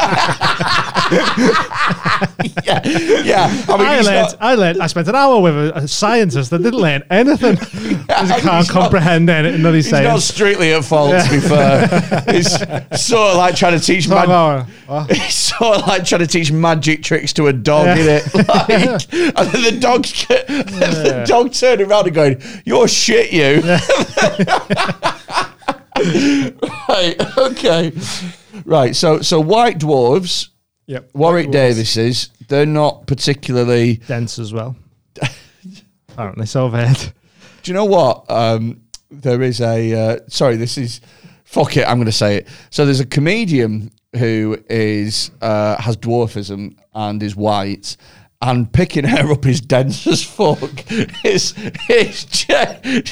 [SPEAKER 1] yeah, yeah. I mean,
[SPEAKER 3] I
[SPEAKER 1] he's
[SPEAKER 3] learned,
[SPEAKER 1] not-
[SPEAKER 3] I learned, I spent an hour with a, a scientist that didn't learn anything.
[SPEAKER 1] I
[SPEAKER 3] I
[SPEAKER 1] mean,
[SPEAKER 3] can't
[SPEAKER 1] he's not-
[SPEAKER 3] comprehend anything that he's,
[SPEAKER 1] He's
[SPEAKER 3] saying.
[SPEAKER 1] not strictly at fault, to be fair. It's sort of like trying to teach
[SPEAKER 3] Talk
[SPEAKER 1] magic.
[SPEAKER 3] about- Wow.
[SPEAKER 1] It's sort of like trying to teach magic tricks to a dog,
[SPEAKER 3] Yeah.
[SPEAKER 1] innit? Like, and then the dog, the dog turned around and going, "You're shit, you." right. Okay. Right. So, so white dwarves,
[SPEAKER 2] Yep.
[SPEAKER 1] Warwick
[SPEAKER 2] White dwarves.
[SPEAKER 1] Davises, they're not particularly.
[SPEAKER 3] dense as well. Apparently, so I've heard.
[SPEAKER 1] Do you know what? Um, there is a uh, sorry. This is fuck it. I'm going to say it. So there's a comedian who is uh, has dwarfism and is white, and picking her up is dense as fuck. It's it's gen-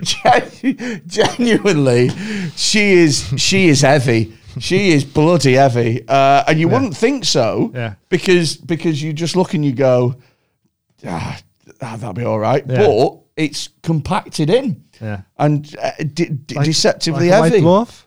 [SPEAKER 1] gen- genuinely she is she is heavy. She is bloody heavy, uh, and you wouldn't think so
[SPEAKER 3] Yeah.
[SPEAKER 1] because because you just look and you go ah, ah, that'll be all right.
[SPEAKER 3] Yeah.
[SPEAKER 1] But it's compacted in
[SPEAKER 3] Yeah.
[SPEAKER 1] and uh, de- de-
[SPEAKER 3] Like-
[SPEAKER 1] deceptively
[SPEAKER 3] like a
[SPEAKER 1] heavy.
[SPEAKER 3] White dwarf.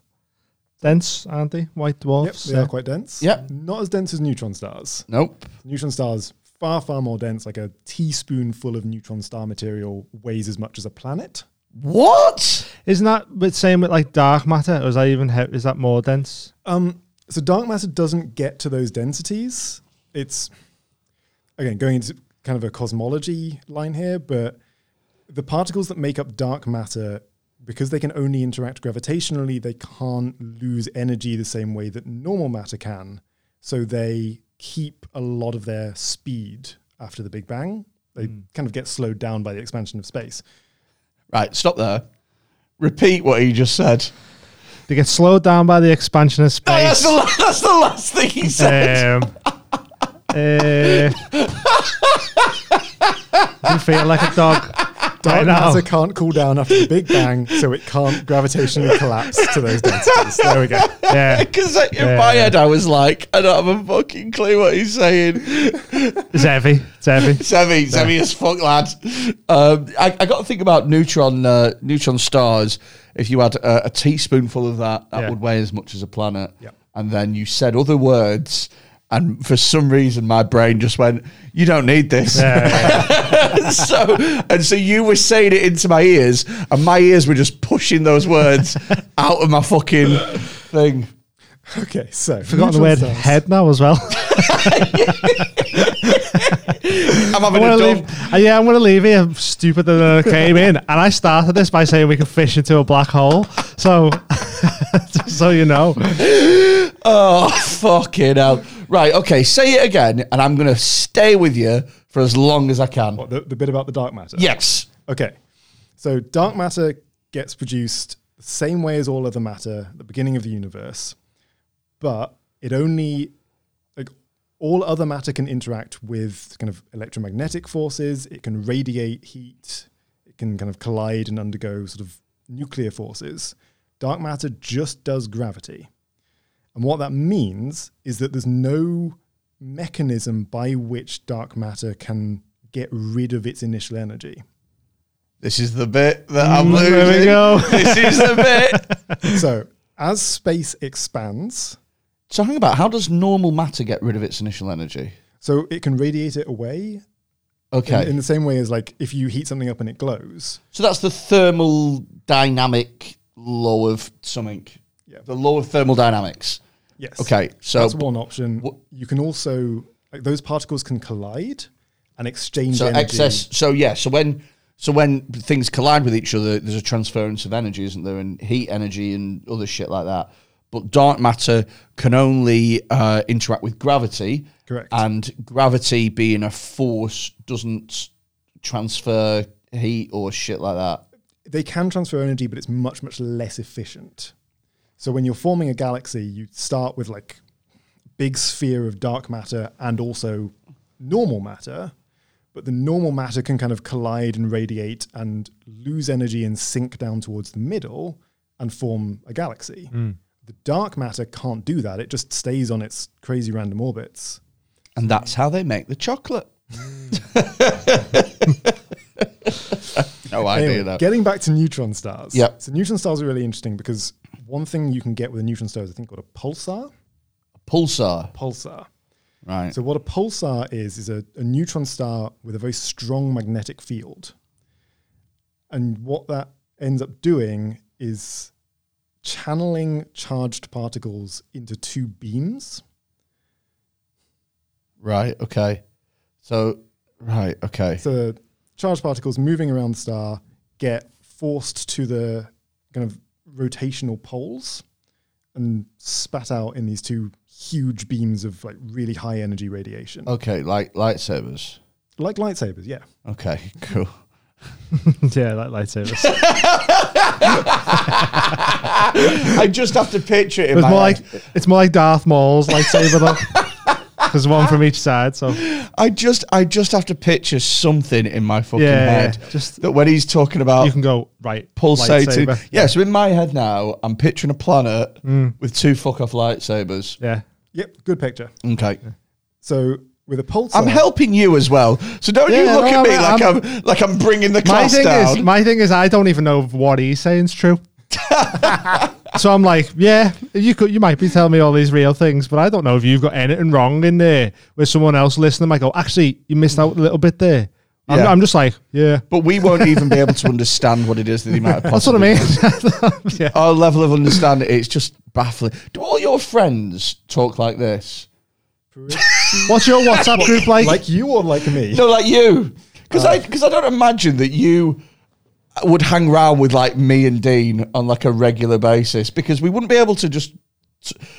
[SPEAKER 3] Dense, aren't they? White
[SPEAKER 2] Yep,
[SPEAKER 3] dwarfs.
[SPEAKER 2] they are quite dense.
[SPEAKER 1] Yep.
[SPEAKER 2] Not as dense as neutron stars.
[SPEAKER 1] Nope.
[SPEAKER 2] Neutron stars far far more dense. Like a teaspoonful of neutron star material weighs as much as a planet.
[SPEAKER 1] What?
[SPEAKER 3] Isn't that but same with like dark matter? Or is that even he- is that more dense?
[SPEAKER 2] Um, so dark matter doesn't get to those densities. It's again going into kind of a cosmology line here, but the particles that make up dark matter, because they can only interact gravitationally, they can't lose energy the same way that normal matter can. So they keep a lot of their speed after the Big Bang. They
[SPEAKER 3] Hmm.
[SPEAKER 2] kind of get slowed down by the expansion of space.
[SPEAKER 1] Right. Stop there. Repeat what he just said.
[SPEAKER 3] They get slowed down by the expansion of
[SPEAKER 1] No, that's
[SPEAKER 3] space.
[SPEAKER 1] the, la- that's the last thing he said.
[SPEAKER 3] Um, uh, you feel like a dog.
[SPEAKER 2] Dark
[SPEAKER 3] I know.
[SPEAKER 2] matter can't cool down after the Big Bang, so it can't gravitationally collapse to those densities. There we go.
[SPEAKER 3] Yeah.
[SPEAKER 1] Because uh, in my head, I was like, I don't have a fucking clue what he's saying.
[SPEAKER 3] It's heavy. It's heavy.
[SPEAKER 1] Semi, semi as fuck, lad. Um, I, I got to think about neutron uh, neutron stars. If you had a, a teaspoonful of that, that
[SPEAKER 3] Yeah.
[SPEAKER 1] would weigh as much as a planet.
[SPEAKER 2] Yep.
[SPEAKER 1] And then you said other words, and for some reason, my brain just went, "You don't need this."
[SPEAKER 3] Yeah.
[SPEAKER 1] so and so, you were saying it into my ears, and my ears were just pushing those words out of my fucking thing.
[SPEAKER 2] Okay, so
[SPEAKER 3] Forgotten the word
[SPEAKER 2] neutron stars.
[SPEAKER 3] head now as well.
[SPEAKER 1] I'm
[SPEAKER 3] I
[SPEAKER 1] having a
[SPEAKER 3] want to
[SPEAKER 1] dump.
[SPEAKER 3] leave. uh, yeah, I'm going to leave here stupider than I came in. And I started this by saying we can fish into a black hole. So, just so you know.
[SPEAKER 1] Oh, fucking hell. Right, okay, say it again, and I'm going to stay with you for as long as I can.
[SPEAKER 2] What, the, the bit about the dark matter.
[SPEAKER 1] Yes.
[SPEAKER 2] Okay. So dark matter gets produced the same way as all other matter at the beginning of the universe, but it only like all other matter can interact with kind of electromagnetic forces, it can radiate heat, it can kind of collide and undergo sort of nuclear forces. Dark matter just does gravity. And what that means is that there's no mechanism by which dark matter can get rid of its initial energy.
[SPEAKER 1] This is the bit that I'm
[SPEAKER 3] Mm,
[SPEAKER 1] losing.
[SPEAKER 3] there we go.
[SPEAKER 1] this is the bit.
[SPEAKER 2] so as space expands,
[SPEAKER 1] So hang about, how does normal matter get rid of its initial energy?
[SPEAKER 2] so it can radiate it away in,
[SPEAKER 1] Okay.
[SPEAKER 2] in the same way as like if you heat something up and it glows.
[SPEAKER 1] so that's the thermal dynamic law of something.
[SPEAKER 2] Yeah.
[SPEAKER 1] The law of thermodynamics.
[SPEAKER 2] Yes.
[SPEAKER 1] Okay, so-
[SPEAKER 2] that's one option.
[SPEAKER 1] Wha-
[SPEAKER 2] you can also like those particles can collide and exchange
[SPEAKER 1] So
[SPEAKER 2] energy.
[SPEAKER 1] excess. So yeah. So when so when things collide with each other, there's a transference of energy, isn't there? And heat energy and other shit like that. But dark matter can only uh, interact with gravity.
[SPEAKER 2] Correct.
[SPEAKER 1] And gravity being a force doesn't transfer heat or shit like that.
[SPEAKER 2] They can transfer energy, but it's much much less efficient. So when you're forming a galaxy, you start with like a big sphere of dark matter and also normal matter, but the normal matter can kind of collide and radiate and lose energy and sink down towards the middle and form a galaxy. The dark matter can't do that. It just stays on its crazy random orbits.
[SPEAKER 1] And that's how they make the chocolate. no idea
[SPEAKER 2] Anyway,
[SPEAKER 1] though.
[SPEAKER 2] getting back to neutron stars.
[SPEAKER 1] Yep.
[SPEAKER 2] So neutron stars are really interesting because one thing you can get with a neutron star is a thing called a pulsar.
[SPEAKER 1] Pulsar.
[SPEAKER 2] Pulsar.
[SPEAKER 1] Right.
[SPEAKER 2] So what a pulsar is is a, a neutron star with a very strong magnetic field. And what that ends up doing is channeling charged particles into two beams.
[SPEAKER 1] Right. Okay. So. Right. Okay.
[SPEAKER 2] So charged particles moving around the star get forced to the kind of rotational poles and spat out in these two huge beams of like really high energy radiation.
[SPEAKER 1] Okay, like lightsabers.
[SPEAKER 2] Like lightsabers, yeah.
[SPEAKER 1] Okay, cool.
[SPEAKER 3] yeah, like lightsabers.
[SPEAKER 1] I just have to picture it. In
[SPEAKER 3] It was
[SPEAKER 1] my
[SPEAKER 3] more like
[SPEAKER 1] head.
[SPEAKER 3] it's more like Darth Maul's lightsaber though. There's one from each side, so
[SPEAKER 1] I just, I just have to picture something in my fucking
[SPEAKER 3] Yeah,
[SPEAKER 1] head.
[SPEAKER 3] just-
[SPEAKER 1] that when he's talking about
[SPEAKER 3] you can go right.
[SPEAKER 1] pulsating.
[SPEAKER 3] lightsaber. Mm.
[SPEAKER 1] Yeah, so in my head now, I'm picturing a planet with two fuck off lightsabers.
[SPEAKER 3] Yeah.
[SPEAKER 2] Yep, good picture.
[SPEAKER 1] Okay,
[SPEAKER 2] So with a pulsar,
[SPEAKER 1] I'm helping you as well. So don't you
[SPEAKER 3] Yeah,
[SPEAKER 1] look
[SPEAKER 3] no,
[SPEAKER 1] at me
[SPEAKER 3] I'm-
[SPEAKER 1] like I'm, like I'm bringing the
[SPEAKER 3] My
[SPEAKER 1] class
[SPEAKER 3] thing
[SPEAKER 1] down.
[SPEAKER 3] is, my thing is, I don't even know if what he's saying's true. so I'm like, yeah, you could, you might be telling me all these real things, but I don't know if you've got anything wrong in there where someone else listening might go, actually, you missed out a little bit there. I'm,
[SPEAKER 1] Yeah.
[SPEAKER 3] I'm just like, yeah,
[SPEAKER 1] but we won't even be able to understand what it is that he might have.
[SPEAKER 3] that's what I
[SPEAKER 1] possibly
[SPEAKER 3] mean.
[SPEAKER 1] our level of understanding it's just baffling. Do all your friends talk like this?
[SPEAKER 3] What's your WhatsApp group like?
[SPEAKER 2] like you or like me?
[SPEAKER 1] No, like you, because
[SPEAKER 3] Uh.
[SPEAKER 1] I because I don't imagine that you would hang around with like me and Dean on like a regular basis because we wouldn't be able to just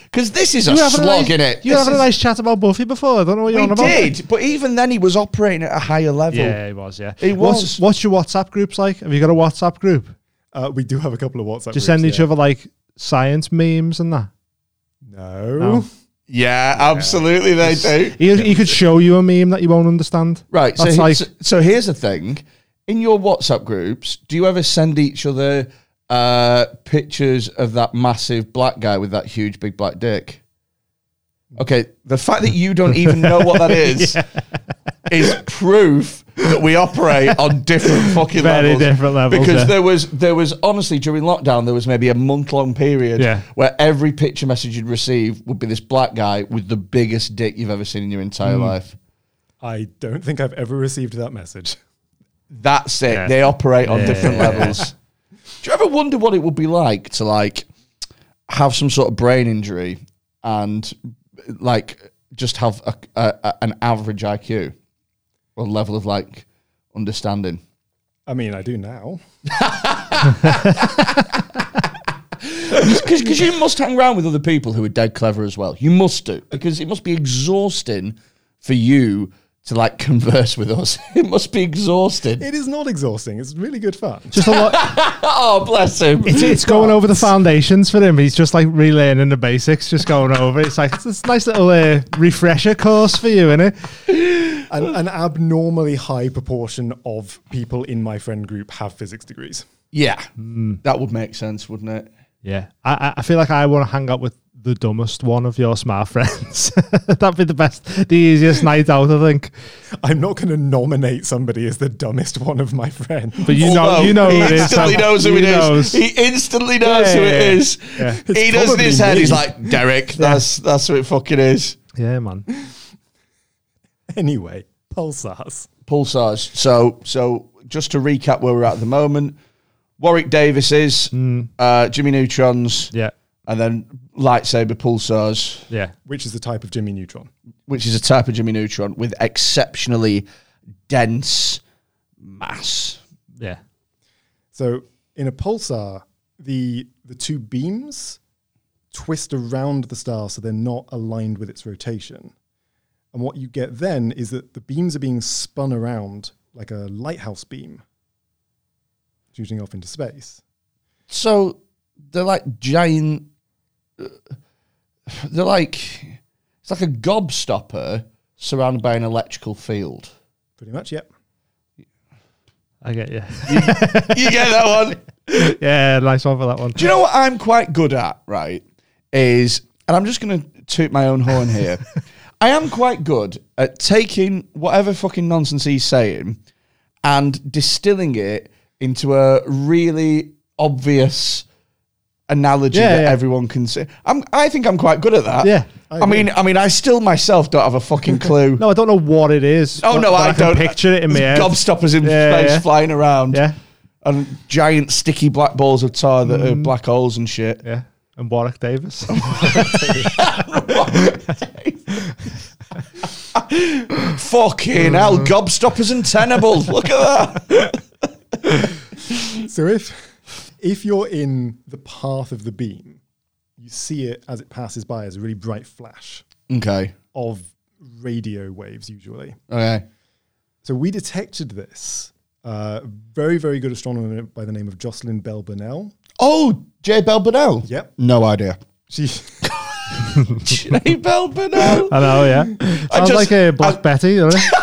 [SPEAKER 1] because this is a
[SPEAKER 3] you having a
[SPEAKER 1] slog
[SPEAKER 3] nice,
[SPEAKER 1] in it.
[SPEAKER 3] You having a nice chat about Buffy before? I don't know what you're
[SPEAKER 1] we
[SPEAKER 3] on about.
[SPEAKER 1] did, but even then he was operating at a higher level.
[SPEAKER 3] Yeah, it was. Yeah,
[SPEAKER 1] It
[SPEAKER 3] What's-
[SPEAKER 1] was.
[SPEAKER 3] What's, your WhatsApp groups like? Have you got a WhatsApp group?
[SPEAKER 2] Uh, we do have a couple of WhatsApp.
[SPEAKER 3] Just send
[SPEAKER 2] groups,
[SPEAKER 3] each
[SPEAKER 2] yeah.
[SPEAKER 3] other like science memes and that?
[SPEAKER 2] No.
[SPEAKER 3] No.
[SPEAKER 1] Yeah, absolutely they do.
[SPEAKER 3] He, he could show you a meme that you won't understand.
[SPEAKER 1] Right. So,
[SPEAKER 3] That's
[SPEAKER 1] he-
[SPEAKER 3] like-
[SPEAKER 1] so, so here's the thing. In your WhatsApp groups, do you ever send each other uh, pictures of that massive black guy with that huge big black dick? Okay, the fact that you don't even know what that is is proof that we operate on different fucking
[SPEAKER 3] Very
[SPEAKER 1] levels.
[SPEAKER 3] different levels,
[SPEAKER 1] Because
[SPEAKER 3] yeah.
[SPEAKER 1] there was there was honestly during lockdown there was maybe a month long period
[SPEAKER 3] Yeah.
[SPEAKER 1] where every picture message you'd receive would be this black guy with the biggest dick you've ever seen in your entire
[SPEAKER 3] Mm.
[SPEAKER 1] life.
[SPEAKER 2] I don't think I've ever received that message.
[SPEAKER 1] That's it.
[SPEAKER 3] Yeah.
[SPEAKER 1] They operate on
[SPEAKER 3] Yeah.
[SPEAKER 1] different levels. Do you ever wonder what it would be like to like have some sort of brain injury and like just have a, a, a- an average IQ or level of like understanding?
[SPEAKER 2] I mean, I do now.
[SPEAKER 1] Because you must hang around with other people who are dead clever as well. You must do because it must be exhausting for you to like converse with us. It must be exhausting.
[SPEAKER 2] It is not exhausting. It's really good fun.
[SPEAKER 3] Just a lot.
[SPEAKER 1] Oh, bless him.
[SPEAKER 3] It's, it's going over the foundations for him. He's just like relearning the basics, just going over. it. It's like it's a nice little uh, refresher course for you, innit?
[SPEAKER 2] An, an abnormally high proportion of people in my friend group have physics degrees.
[SPEAKER 1] Yeah, Mm. that would make sense, wouldn't it?
[SPEAKER 3] Yeah, I, I- I feel like I want to hang out with the dumbest one of your smart friends. That'd be the best, the easiest night out, I think.
[SPEAKER 2] I'm not going to nominate somebody as the dumbest one of my friends.
[SPEAKER 3] But you know,
[SPEAKER 1] Although
[SPEAKER 3] you know,
[SPEAKER 1] he
[SPEAKER 3] who it is,
[SPEAKER 1] instantly
[SPEAKER 3] so
[SPEAKER 1] knows who
[SPEAKER 3] he
[SPEAKER 1] it is.
[SPEAKER 3] knows.
[SPEAKER 1] He instantly knows who
[SPEAKER 3] Yeah.
[SPEAKER 1] it is.
[SPEAKER 3] Yeah.
[SPEAKER 1] He
[SPEAKER 2] It's
[SPEAKER 1] does in his
[SPEAKER 2] probably
[SPEAKER 1] head. He's
[SPEAKER 2] me.
[SPEAKER 1] like Derek. That's that's who it fucking is.
[SPEAKER 3] Yeah, man.
[SPEAKER 2] Anyway, pulsars.
[SPEAKER 1] Pulsars. So so just to recap where we're at at the moment. Warwick Davis is
[SPEAKER 3] Hmm.
[SPEAKER 1] uh, Jimmy Neutrons,
[SPEAKER 3] Yeah,
[SPEAKER 1] and then lightsaber pulsars,
[SPEAKER 3] yeah.
[SPEAKER 2] which is the type of Jimmy Neutron.
[SPEAKER 1] which is a type of Jimmy Neutron with exceptionally dense mass.
[SPEAKER 3] Yeah.
[SPEAKER 2] So in a pulsar, the the two beams twist around the star so they're not aligned with its rotation. And what you get then is that the beams are being spun around like a lighthouse beam shooting off into space.
[SPEAKER 1] So they're like giant. uh, They're like it's like a gobstopper surrounded by an electrical field.
[SPEAKER 2] Pretty much, yep.
[SPEAKER 3] I get you.
[SPEAKER 1] You get that one?
[SPEAKER 3] yeah, nice one for that one.
[SPEAKER 1] Do you know what I'm quite good at? Right, is and I'm just going to toot my own horn here. I am quite good at taking whatever fucking nonsense he's saying and distilling it into a really obvious analogy
[SPEAKER 3] Yeah,
[SPEAKER 1] that
[SPEAKER 3] yeah.
[SPEAKER 1] everyone can see. I'm, I think I'm quite good at that.
[SPEAKER 3] Yeah,
[SPEAKER 1] I,
[SPEAKER 2] I
[SPEAKER 1] mean, I mean, I still myself don't have a fucking clue.
[SPEAKER 3] No, I don't know what it is.
[SPEAKER 1] oh
[SPEAKER 3] but-
[SPEAKER 1] no, I,
[SPEAKER 3] but can
[SPEAKER 1] don't
[SPEAKER 3] picture it in my
[SPEAKER 1] There's
[SPEAKER 3] head.
[SPEAKER 1] Gobstoppers in
[SPEAKER 3] Yeah,
[SPEAKER 1] space
[SPEAKER 3] yeah.
[SPEAKER 1] flying around.
[SPEAKER 3] Yeah,
[SPEAKER 1] And giant sticky black balls of tar that
[SPEAKER 3] Mm.
[SPEAKER 1] are black holes and shit.
[SPEAKER 3] yeah. And Warwick Davis.
[SPEAKER 1] Fucking hell, gobstoppers and tenable. Look at that.
[SPEAKER 2] So if if you're in the path of the beam, you see it as it passes by as a really bright flash
[SPEAKER 1] Okay.
[SPEAKER 2] of radio waves usually.
[SPEAKER 1] Okay.
[SPEAKER 2] So we detected this. Uh, very, very good astronomer by the name of Jocelyn Bell Burnell.
[SPEAKER 1] Oh, J. Bell Burnell.
[SPEAKER 2] Yep.
[SPEAKER 1] No idea.
[SPEAKER 2] She,
[SPEAKER 1] J. Bell Burnell.
[SPEAKER 3] I know. Yeah, sounds
[SPEAKER 1] just-
[SPEAKER 3] like a Black Betty. Doesn't it?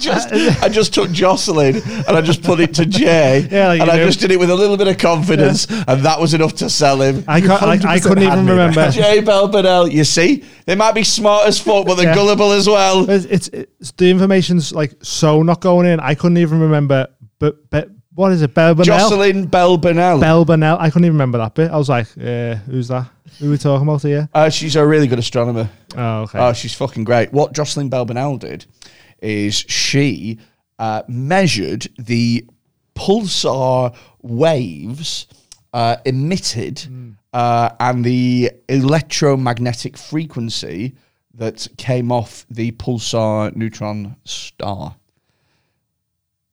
[SPEAKER 1] Just,
[SPEAKER 3] uh,
[SPEAKER 1] I just took Jocelyn and I just put it to Jay.
[SPEAKER 3] Yeah, like
[SPEAKER 1] and
[SPEAKER 3] you
[SPEAKER 1] I
[SPEAKER 3] do.
[SPEAKER 1] just did it with a little bit of confidence, and that was enough to sell him.
[SPEAKER 3] I can't. Like, I
[SPEAKER 2] 100%
[SPEAKER 3] couldn't
[SPEAKER 2] had
[SPEAKER 3] even
[SPEAKER 2] me there.
[SPEAKER 3] remember.
[SPEAKER 1] J. Bell Burnell. You see, they might be smart as fuck, but they're
[SPEAKER 3] Yeah.
[SPEAKER 1] gullible as well.
[SPEAKER 3] It's, it's, it's the information's like so not going in. I couldn't even remember. But, but what is it? Bell Burnell.
[SPEAKER 1] Jocelyn Bell Burnell.
[SPEAKER 3] Bell Burnell. I couldn't even remember that bit. I was like, uh, who's that? Who are we talking about here?
[SPEAKER 1] Uh, she's a really good astronomer.
[SPEAKER 3] Oh, okay.
[SPEAKER 1] Oh, she's fucking great. What Jocelyn Bell Burnell did is she uh, measured the pulsar waves uh, emitted
[SPEAKER 3] Hmm.
[SPEAKER 1] uh, and the electromagnetic frequency that came off the pulsar neutron star.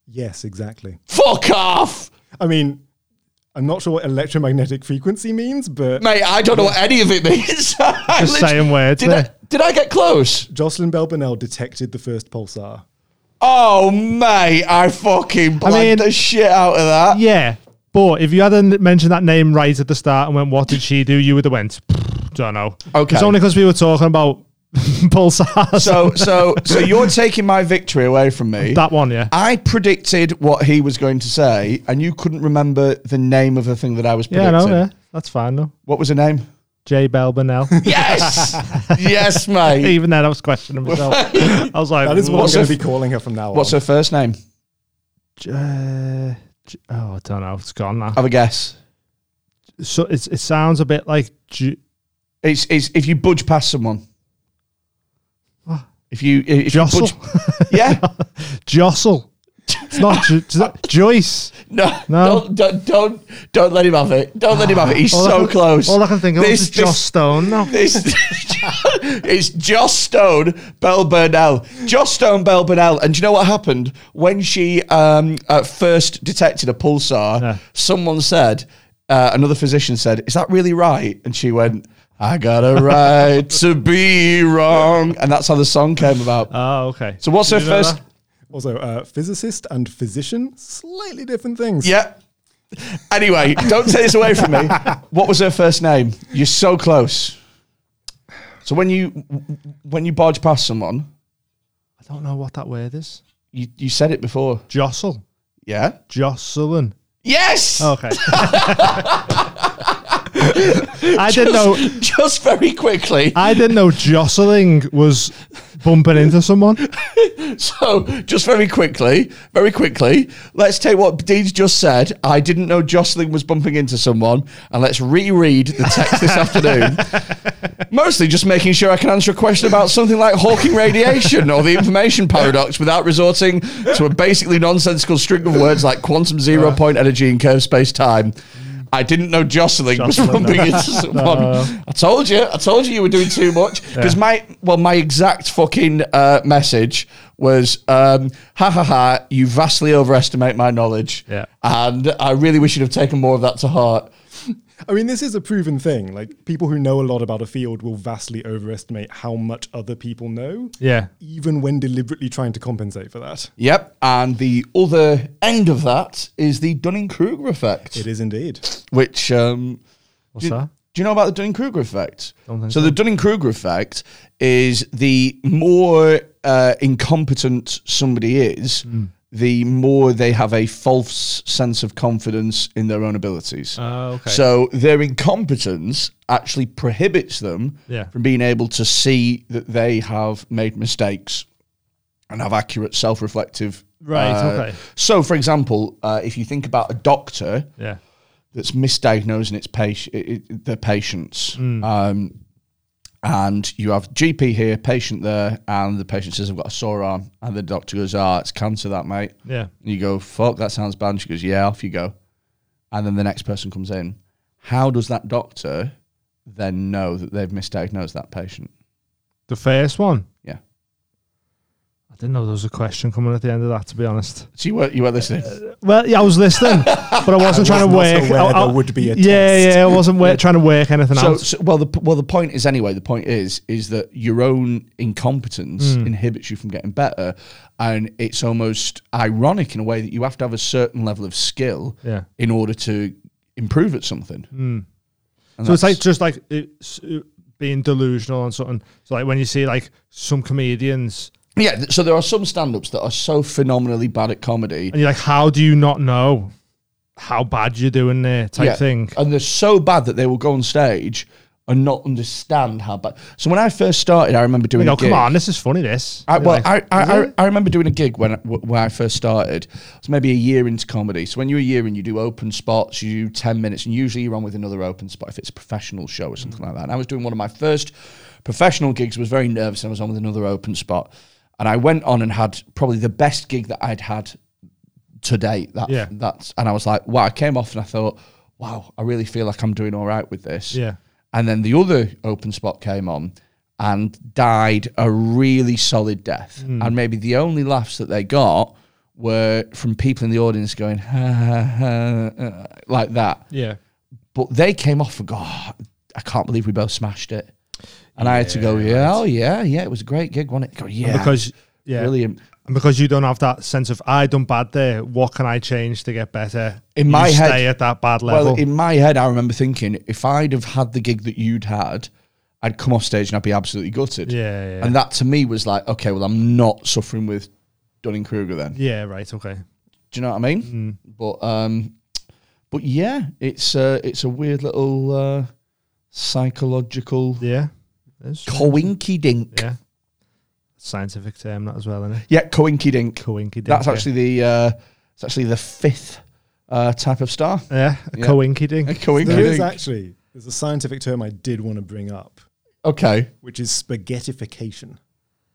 [SPEAKER 2] yes, exactly.
[SPEAKER 1] Fuck off!
[SPEAKER 2] I mean, I'm not sure what electromagnetic frequency means, but
[SPEAKER 1] Mate, I don't know what any of it means.
[SPEAKER 3] Just saying words
[SPEAKER 1] Did I,
[SPEAKER 3] there.
[SPEAKER 1] did I get close?
[SPEAKER 2] Jocelyn Bell Burnell detected the first pulsar.
[SPEAKER 1] Oh, mate, I fucking blanked
[SPEAKER 3] mean-
[SPEAKER 1] the shit out of that.
[SPEAKER 3] yeah, But if you hadn't mentioned that name right at the start and went, "What did she do?" You would have went, "Don't know."
[SPEAKER 1] Okay.
[SPEAKER 3] It's only because we were talking about pulsars.
[SPEAKER 1] So, so, so you're taking my victory away from me.
[SPEAKER 3] that one, yeah.
[SPEAKER 1] I predicted what he was going to say, and you couldn't remember the name of the thing that I was
[SPEAKER 3] yeah,
[SPEAKER 1] predicting.
[SPEAKER 3] no, yeah. That's fine though.
[SPEAKER 1] What was the name?
[SPEAKER 3] J Bell Burnell.
[SPEAKER 1] Yes, yes, mate.
[SPEAKER 3] Even then, I was questioning myself. I was like,
[SPEAKER 2] That is what
[SPEAKER 1] What's
[SPEAKER 2] I'm going
[SPEAKER 1] her
[SPEAKER 2] to be calling her from now
[SPEAKER 1] What's
[SPEAKER 2] on.
[SPEAKER 1] her first name?
[SPEAKER 3] Uh, J- oh, I don't know. It's gone now.
[SPEAKER 1] Have a guess.
[SPEAKER 3] So it's, it sounds a bit like Ju-
[SPEAKER 1] It's, it's if you budge past someone. If you if you
[SPEAKER 3] Jostle.
[SPEAKER 1] budge, yeah,
[SPEAKER 3] Jostle. It's not Ju- it's not- Joyce.
[SPEAKER 1] no,
[SPEAKER 3] No.
[SPEAKER 1] Don't, don't don't don't let him have it. Don't let him have it. He's
[SPEAKER 3] All I
[SPEAKER 1] so
[SPEAKER 3] can-
[SPEAKER 1] close.
[SPEAKER 3] All I can think of
[SPEAKER 1] This-
[SPEAKER 3] is
[SPEAKER 1] this-
[SPEAKER 3] Joss Stone. No.
[SPEAKER 1] It's, it's Joss Stone, Belle Burnell. Joss Stone, Belle Burnell. And do you know what happened? When she um, uh, first detected a pulsar,
[SPEAKER 3] Yeah.
[SPEAKER 1] someone said, uh, another physician said, Is that really right? And she went, I got a right to be wrong. And that's how the song came about.
[SPEAKER 3] Oh, okay.
[SPEAKER 1] so, what's her
[SPEAKER 3] Did you know
[SPEAKER 1] first?
[SPEAKER 3] that?
[SPEAKER 2] Also, uh, physicist and physician, slightly different things.
[SPEAKER 1] Yeah. Anyway, don't take this away from me. What was her first name? You're so close. So when you when you barge past someone,
[SPEAKER 3] I don't know what that word is.
[SPEAKER 1] You, you said it before.
[SPEAKER 3] Jostle.
[SPEAKER 1] Yeah.
[SPEAKER 3] Jocelyn.
[SPEAKER 1] Yes.
[SPEAKER 3] Okay. I didn't know.
[SPEAKER 1] Just very quickly.
[SPEAKER 3] I didn't know jostling was bumping into someone.
[SPEAKER 1] So, just very quickly, very quickly, let's take what Deeds just said. I didn't know Jocelyn was bumping into someone, and let's reread the text this afternoon. Mostly just making sure I can answer a question about something like Hawking radiation or the information paradox without resorting to a basically nonsensical string of words like quantum zero point energy and curved space time. I didn't know Jocelyn was
[SPEAKER 3] Jocelyn, no.
[SPEAKER 1] bumping into someone. I told you, I told you you were doing too much. Because my, well, my exact fucking uh, message was, um, ha ha ha, you vastly overestimate my knowledge.
[SPEAKER 3] Yeah.
[SPEAKER 1] And I really wish you'd have taken more of that to heart.
[SPEAKER 2] I mean, this is a proven thing. Like, people who know a lot about a field will vastly overestimate how much other people know,
[SPEAKER 3] Yeah.
[SPEAKER 2] even when deliberately trying to compensate for that.
[SPEAKER 1] Yep. And the other end of that is the Dunning Kruger effect,
[SPEAKER 2] It is indeed.
[SPEAKER 1] which. Um,
[SPEAKER 3] What's
[SPEAKER 1] do,
[SPEAKER 3] that?
[SPEAKER 1] do you know about the Dunning Kruger effect?
[SPEAKER 3] Don't think
[SPEAKER 1] so, the Dunning Kruger effect is the more uh, incompetent somebody is,
[SPEAKER 3] Hmm.
[SPEAKER 1] the more they have a false sense of confidence in their own abilities.
[SPEAKER 3] Oh, okay.
[SPEAKER 1] So their incompetence actually prohibits them
[SPEAKER 3] Yeah.
[SPEAKER 1] from being able to see that they have made mistakes and have accurate self-reflective.
[SPEAKER 3] Right,
[SPEAKER 1] uh,
[SPEAKER 3] okay.
[SPEAKER 1] So, for example, uh, if you think about a doctor
[SPEAKER 3] Yeah.
[SPEAKER 1] that's misdiagnosing its patient, it, it- their patients, um, and you have GP here, patient there, and the patient says, "I've got a sore arm," and the doctor goes, "Ah, it's cancer, that mate."
[SPEAKER 3] Yeah.
[SPEAKER 1] And you go, fuck, that sounds bad. And she goes, yeah, off you go. And then the next person comes in. How does that doctor then know that they've misdiagnosed that patient?
[SPEAKER 3] The first one.
[SPEAKER 1] Yeah.
[SPEAKER 3] I didn't know there was a question coming at the end of that. To be honest.
[SPEAKER 1] So you were, you were listening.
[SPEAKER 3] Well, yeah, I was listening, but I wasn't
[SPEAKER 2] I
[SPEAKER 3] trying
[SPEAKER 2] was
[SPEAKER 3] to
[SPEAKER 2] not
[SPEAKER 3] work.
[SPEAKER 2] aware
[SPEAKER 3] I, I-
[SPEAKER 2] there would be a
[SPEAKER 3] yeah,
[SPEAKER 2] test.
[SPEAKER 3] yeah. I wasn't wor- trying to work anything
[SPEAKER 1] So,
[SPEAKER 3] out.
[SPEAKER 1] so, well, the well, the point is anyway. The point is is that your own incompetence
[SPEAKER 3] Hmm.
[SPEAKER 1] inhibits you from getting better, and it's almost ironic in a way that you have to have a certain level of skill
[SPEAKER 3] Yeah.
[SPEAKER 1] in order to improve at something. And
[SPEAKER 3] Hmm. So it's
[SPEAKER 1] that's-
[SPEAKER 3] like just like it's uh, being delusional on something. So like when you see like some comedians,
[SPEAKER 1] yeah. th- So there are some stand-ups that are so phenomenally bad at comedy
[SPEAKER 3] and you're like, how do you not know how bad you're doing there? Type
[SPEAKER 1] Yeah.
[SPEAKER 3] thing.
[SPEAKER 1] And they're so bad that they will go on stage and not understand how bad. So when I first started, I remember
[SPEAKER 3] You
[SPEAKER 1] doing.
[SPEAKER 3] go,
[SPEAKER 1] a gig.
[SPEAKER 3] come on, this is funny. This.
[SPEAKER 1] I,
[SPEAKER 3] You're
[SPEAKER 1] well,
[SPEAKER 3] like,
[SPEAKER 1] I, I, I, I remember doing a gig when I- wh- when I first started. It's maybe a year into comedy. So when you're a year in, you do open spots, you do ten minutes, and usually you're on with another open spot if it's a professional show or something like that. And I was doing one of my first professional gigs. Was very nervous. and I was on with another open spot, and I went on and had probably the best gig that I'd had to date. That
[SPEAKER 3] Yeah.
[SPEAKER 1] that's and I was like, wow. I came off and I thought, wow, I really feel like I'm doing all right with this.
[SPEAKER 3] Yeah.
[SPEAKER 1] And then the other open spot came on and died a really solid death.
[SPEAKER 3] Hmm.
[SPEAKER 1] And maybe the only laughs that they got were from people in the audience going, ha, ha, ha, uh, like that.
[SPEAKER 3] yeah.
[SPEAKER 1] But they came off and go, "Oh, I can't believe we both smashed it. And I had to go, yeah, oh, yeah, yeah, it was a great gig, wasn't it? Go, yeah.
[SPEAKER 3] because Yeah.
[SPEAKER 1] Brilliant.
[SPEAKER 3] And because you don't have that sense of I done bad there, what can I change to get better?
[SPEAKER 1] In
[SPEAKER 3] You
[SPEAKER 1] my head-
[SPEAKER 3] stay at that bad level.
[SPEAKER 1] Well, in my head, I remember thinking if I'd have had the gig that you'd had, I'd come off stage and I'd be absolutely gutted.
[SPEAKER 3] Yeah, yeah.
[SPEAKER 1] And that to me was like, okay, well, I'm not suffering with Dunning Kruger then.
[SPEAKER 3] yeah, right, okay.
[SPEAKER 1] Do you know what I
[SPEAKER 3] Mm.
[SPEAKER 1] mean? But um, but yeah, it's uh, it's a weird little uh, psychological
[SPEAKER 3] Yeah. That's-
[SPEAKER 1] coinkydink.
[SPEAKER 3] yeah. Scientific term that as well, isn't it?
[SPEAKER 1] Yeah, coinkydink.
[SPEAKER 3] Coinky
[SPEAKER 1] That's actually the uh, it's actually the fifth uh, type of star.
[SPEAKER 3] Yeah, a
[SPEAKER 1] Yeah.
[SPEAKER 3] coinky dink.
[SPEAKER 2] There is
[SPEAKER 1] Coinkydink.
[SPEAKER 2] actually there's a scientific term I did want to bring up,
[SPEAKER 1] Okay,
[SPEAKER 2] which is spaghettification.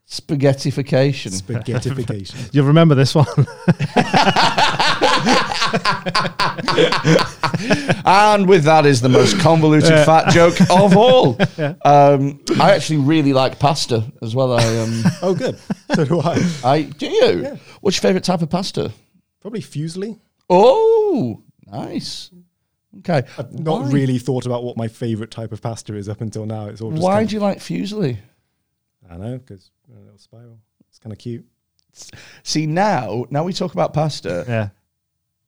[SPEAKER 1] spaghettification.
[SPEAKER 2] Spaghettification.
[SPEAKER 3] You'll remember this one.
[SPEAKER 1] And with that is the most convoluted fat joke of all. Um, I actually really like pasta as well. I um,
[SPEAKER 2] oh, good. So do I.
[SPEAKER 1] I do you. What's your favourite type of pasta?
[SPEAKER 2] Probably Fuseli.
[SPEAKER 1] Oh, nice. Okay,
[SPEAKER 2] I've not
[SPEAKER 1] Why-
[SPEAKER 2] really thought about what my favorite type of pasta is up until now. It's all just
[SPEAKER 1] Why
[SPEAKER 2] kind
[SPEAKER 1] do you like Fuseli?
[SPEAKER 2] of- I know because a little spiral. It's kind of cute.
[SPEAKER 1] See now, now we talk about pasta.
[SPEAKER 3] yeah.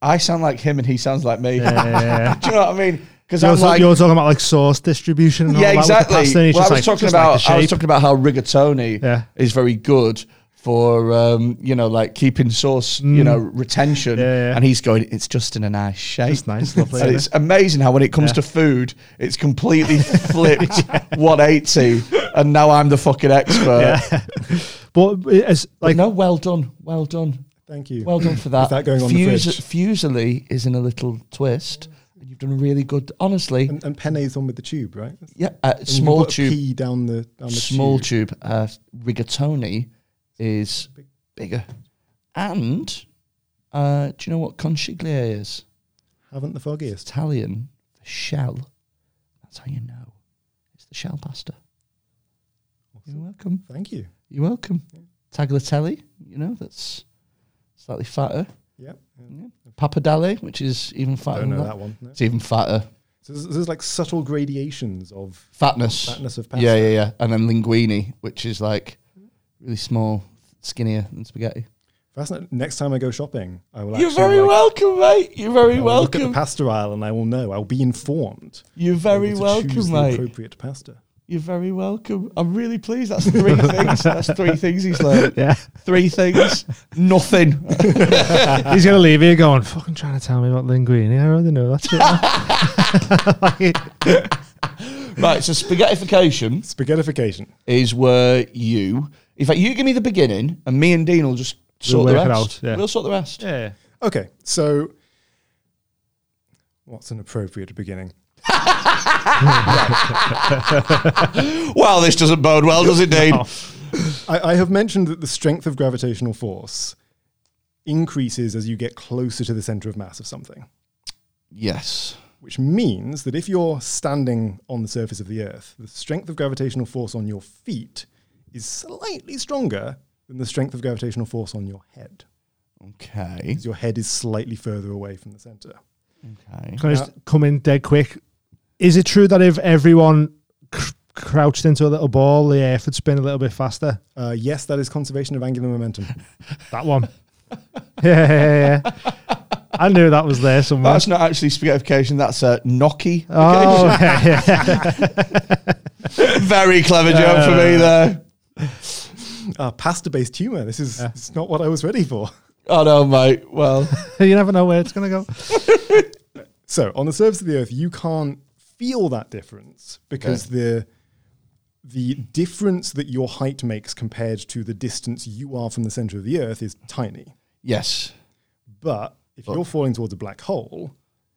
[SPEAKER 1] I sound like him, and he sounds like me.
[SPEAKER 3] Yeah, yeah, yeah.
[SPEAKER 1] do you know what I mean? Because
[SPEAKER 3] You're,
[SPEAKER 1] I'm
[SPEAKER 3] ta-
[SPEAKER 1] like,
[SPEAKER 3] you're talking about like sauce distribution and
[SPEAKER 1] yeah,
[SPEAKER 3] all
[SPEAKER 1] exactly.
[SPEAKER 3] that. with the pasta, and it's
[SPEAKER 1] well, I
[SPEAKER 3] just
[SPEAKER 1] was
[SPEAKER 3] like-
[SPEAKER 1] talking
[SPEAKER 3] just like the
[SPEAKER 1] about I was
[SPEAKER 3] shape.
[SPEAKER 1] talking about how rigatoni
[SPEAKER 3] Yeah.
[SPEAKER 1] is very good for um, you know like keeping sauce you know retention,
[SPEAKER 3] Mm. Yeah, yeah.
[SPEAKER 1] and he's going, it's just in a nice shape.
[SPEAKER 3] It's nice, lovely,
[SPEAKER 1] and
[SPEAKER 3] isn't
[SPEAKER 1] it's amazing how when it comes to food, it's completely flipped 180, and now I'm the fucking expert.
[SPEAKER 3] Yeah. but it's
[SPEAKER 1] Like
[SPEAKER 3] like
[SPEAKER 1] no, well done, well done,
[SPEAKER 2] Thank you.
[SPEAKER 1] well done for that.
[SPEAKER 2] Is that going on the fridge?
[SPEAKER 1] Fuseli is in a little twist, and you've done really good. Honestly,
[SPEAKER 2] And, and penne's on with the tube, right? And
[SPEAKER 1] yeah, uh,
[SPEAKER 2] you
[SPEAKER 1] small
[SPEAKER 2] put a
[SPEAKER 1] tube.
[SPEAKER 2] pea down the down the
[SPEAKER 1] small
[SPEAKER 2] tube.
[SPEAKER 1] tube. Uh, rigatoni is bigger. And uh, do you know what conchiglia is?
[SPEAKER 2] Haven't the
[SPEAKER 1] It's
[SPEAKER 2] foggiest.
[SPEAKER 1] Italian for shell. That's how you know. It's the shell pasta. You're welcome.
[SPEAKER 2] Thank you.
[SPEAKER 1] You're welcome. Tagliatelle, you know, that's slightly fatter.
[SPEAKER 2] Yeah. yeah.
[SPEAKER 1] Pappardelle, which is even
[SPEAKER 2] I
[SPEAKER 1] fatter.
[SPEAKER 2] don't
[SPEAKER 1] Than
[SPEAKER 2] know
[SPEAKER 1] that.
[SPEAKER 2] that one. No.
[SPEAKER 1] It's even fatter.
[SPEAKER 2] So there's, there's like subtle gradations of
[SPEAKER 1] Fatness.
[SPEAKER 2] fatness of pasta.
[SPEAKER 1] Yeah, yeah, yeah. And then linguine, which is like really small, skinnier than spaghetti.
[SPEAKER 2] Fascinating. Next time I go shopping, I will.
[SPEAKER 1] You're
[SPEAKER 2] actually,
[SPEAKER 1] very
[SPEAKER 2] like,
[SPEAKER 1] welcome, mate. You're very
[SPEAKER 2] I will Look at the
[SPEAKER 1] welcome.
[SPEAKER 2] pasta aisle, and I will know. I will be informed.
[SPEAKER 1] You're very
[SPEAKER 2] able to choose
[SPEAKER 1] welcome,
[SPEAKER 2] the
[SPEAKER 1] mate.
[SPEAKER 2] Appropriate pasta.
[SPEAKER 1] You're very welcome. I'm really pleased. That's three things. That's three things he's learned.
[SPEAKER 3] yeah.
[SPEAKER 1] Three things. Nothing.
[SPEAKER 3] He's gonna leave here going, fucking trying to tell me about linguine. I already know that's it. Like,
[SPEAKER 1] Right. So spaghettification
[SPEAKER 2] Spaghettification.
[SPEAKER 1] is where you. In fact, you give me the beginning, and me and Dean will just sort
[SPEAKER 3] work
[SPEAKER 1] the
[SPEAKER 3] it
[SPEAKER 1] rest.
[SPEAKER 3] out, yeah.
[SPEAKER 1] We'll sort the rest.
[SPEAKER 3] yeah.
[SPEAKER 2] Okay, so what's an appropriate beginning?
[SPEAKER 1] Well, this doesn't bode well, does it, Dean?
[SPEAKER 2] I, I have mentioned that the strength of gravitational force increases as you get closer to the center of mass of something,
[SPEAKER 1] Yes.
[SPEAKER 2] which means that if you're standing on the surface of the Earth, the strength of gravitational force on your feet is slightly stronger than the strength of gravitational force on your head,
[SPEAKER 1] Okay.
[SPEAKER 2] because your head is slightly further away from the center.
[SPEAKER 1] Okay.
[SPEAKER 3] Can I just come in dead quick? Is it true that if everyone cr- crouched into a little ball, the earth would spin a little bit faster?
[SPEAKER 2] Uh, yes, that is conservation of angular momentum.
[SPEAKER 3] That one. yeah, yeah, yeah. I knew that was there somewhere.
[SPEAKER 1] That's not actually spaghettification. That's a gnocchi.
[SPEAKER 3] oh, yeah, yeah.
[SPEAKER 1] Very clever joke for me there.
[SPEAKER 2] uh, pasta-based humor. This is it's not what I was ready for.
[SPEAKER 1] Oh no, mate. Well,
[SPEAKER 3] you never know where it's gonna go.
[SPEAKER 2] So on the surface of the Earth, you can't feel that difference because the the difference that your height makes compared to the distance you are from the center of the Earth is tiny.
[SPEAKER 1] yes.
[SPEAKER 2] But if you're falling towards a black hole,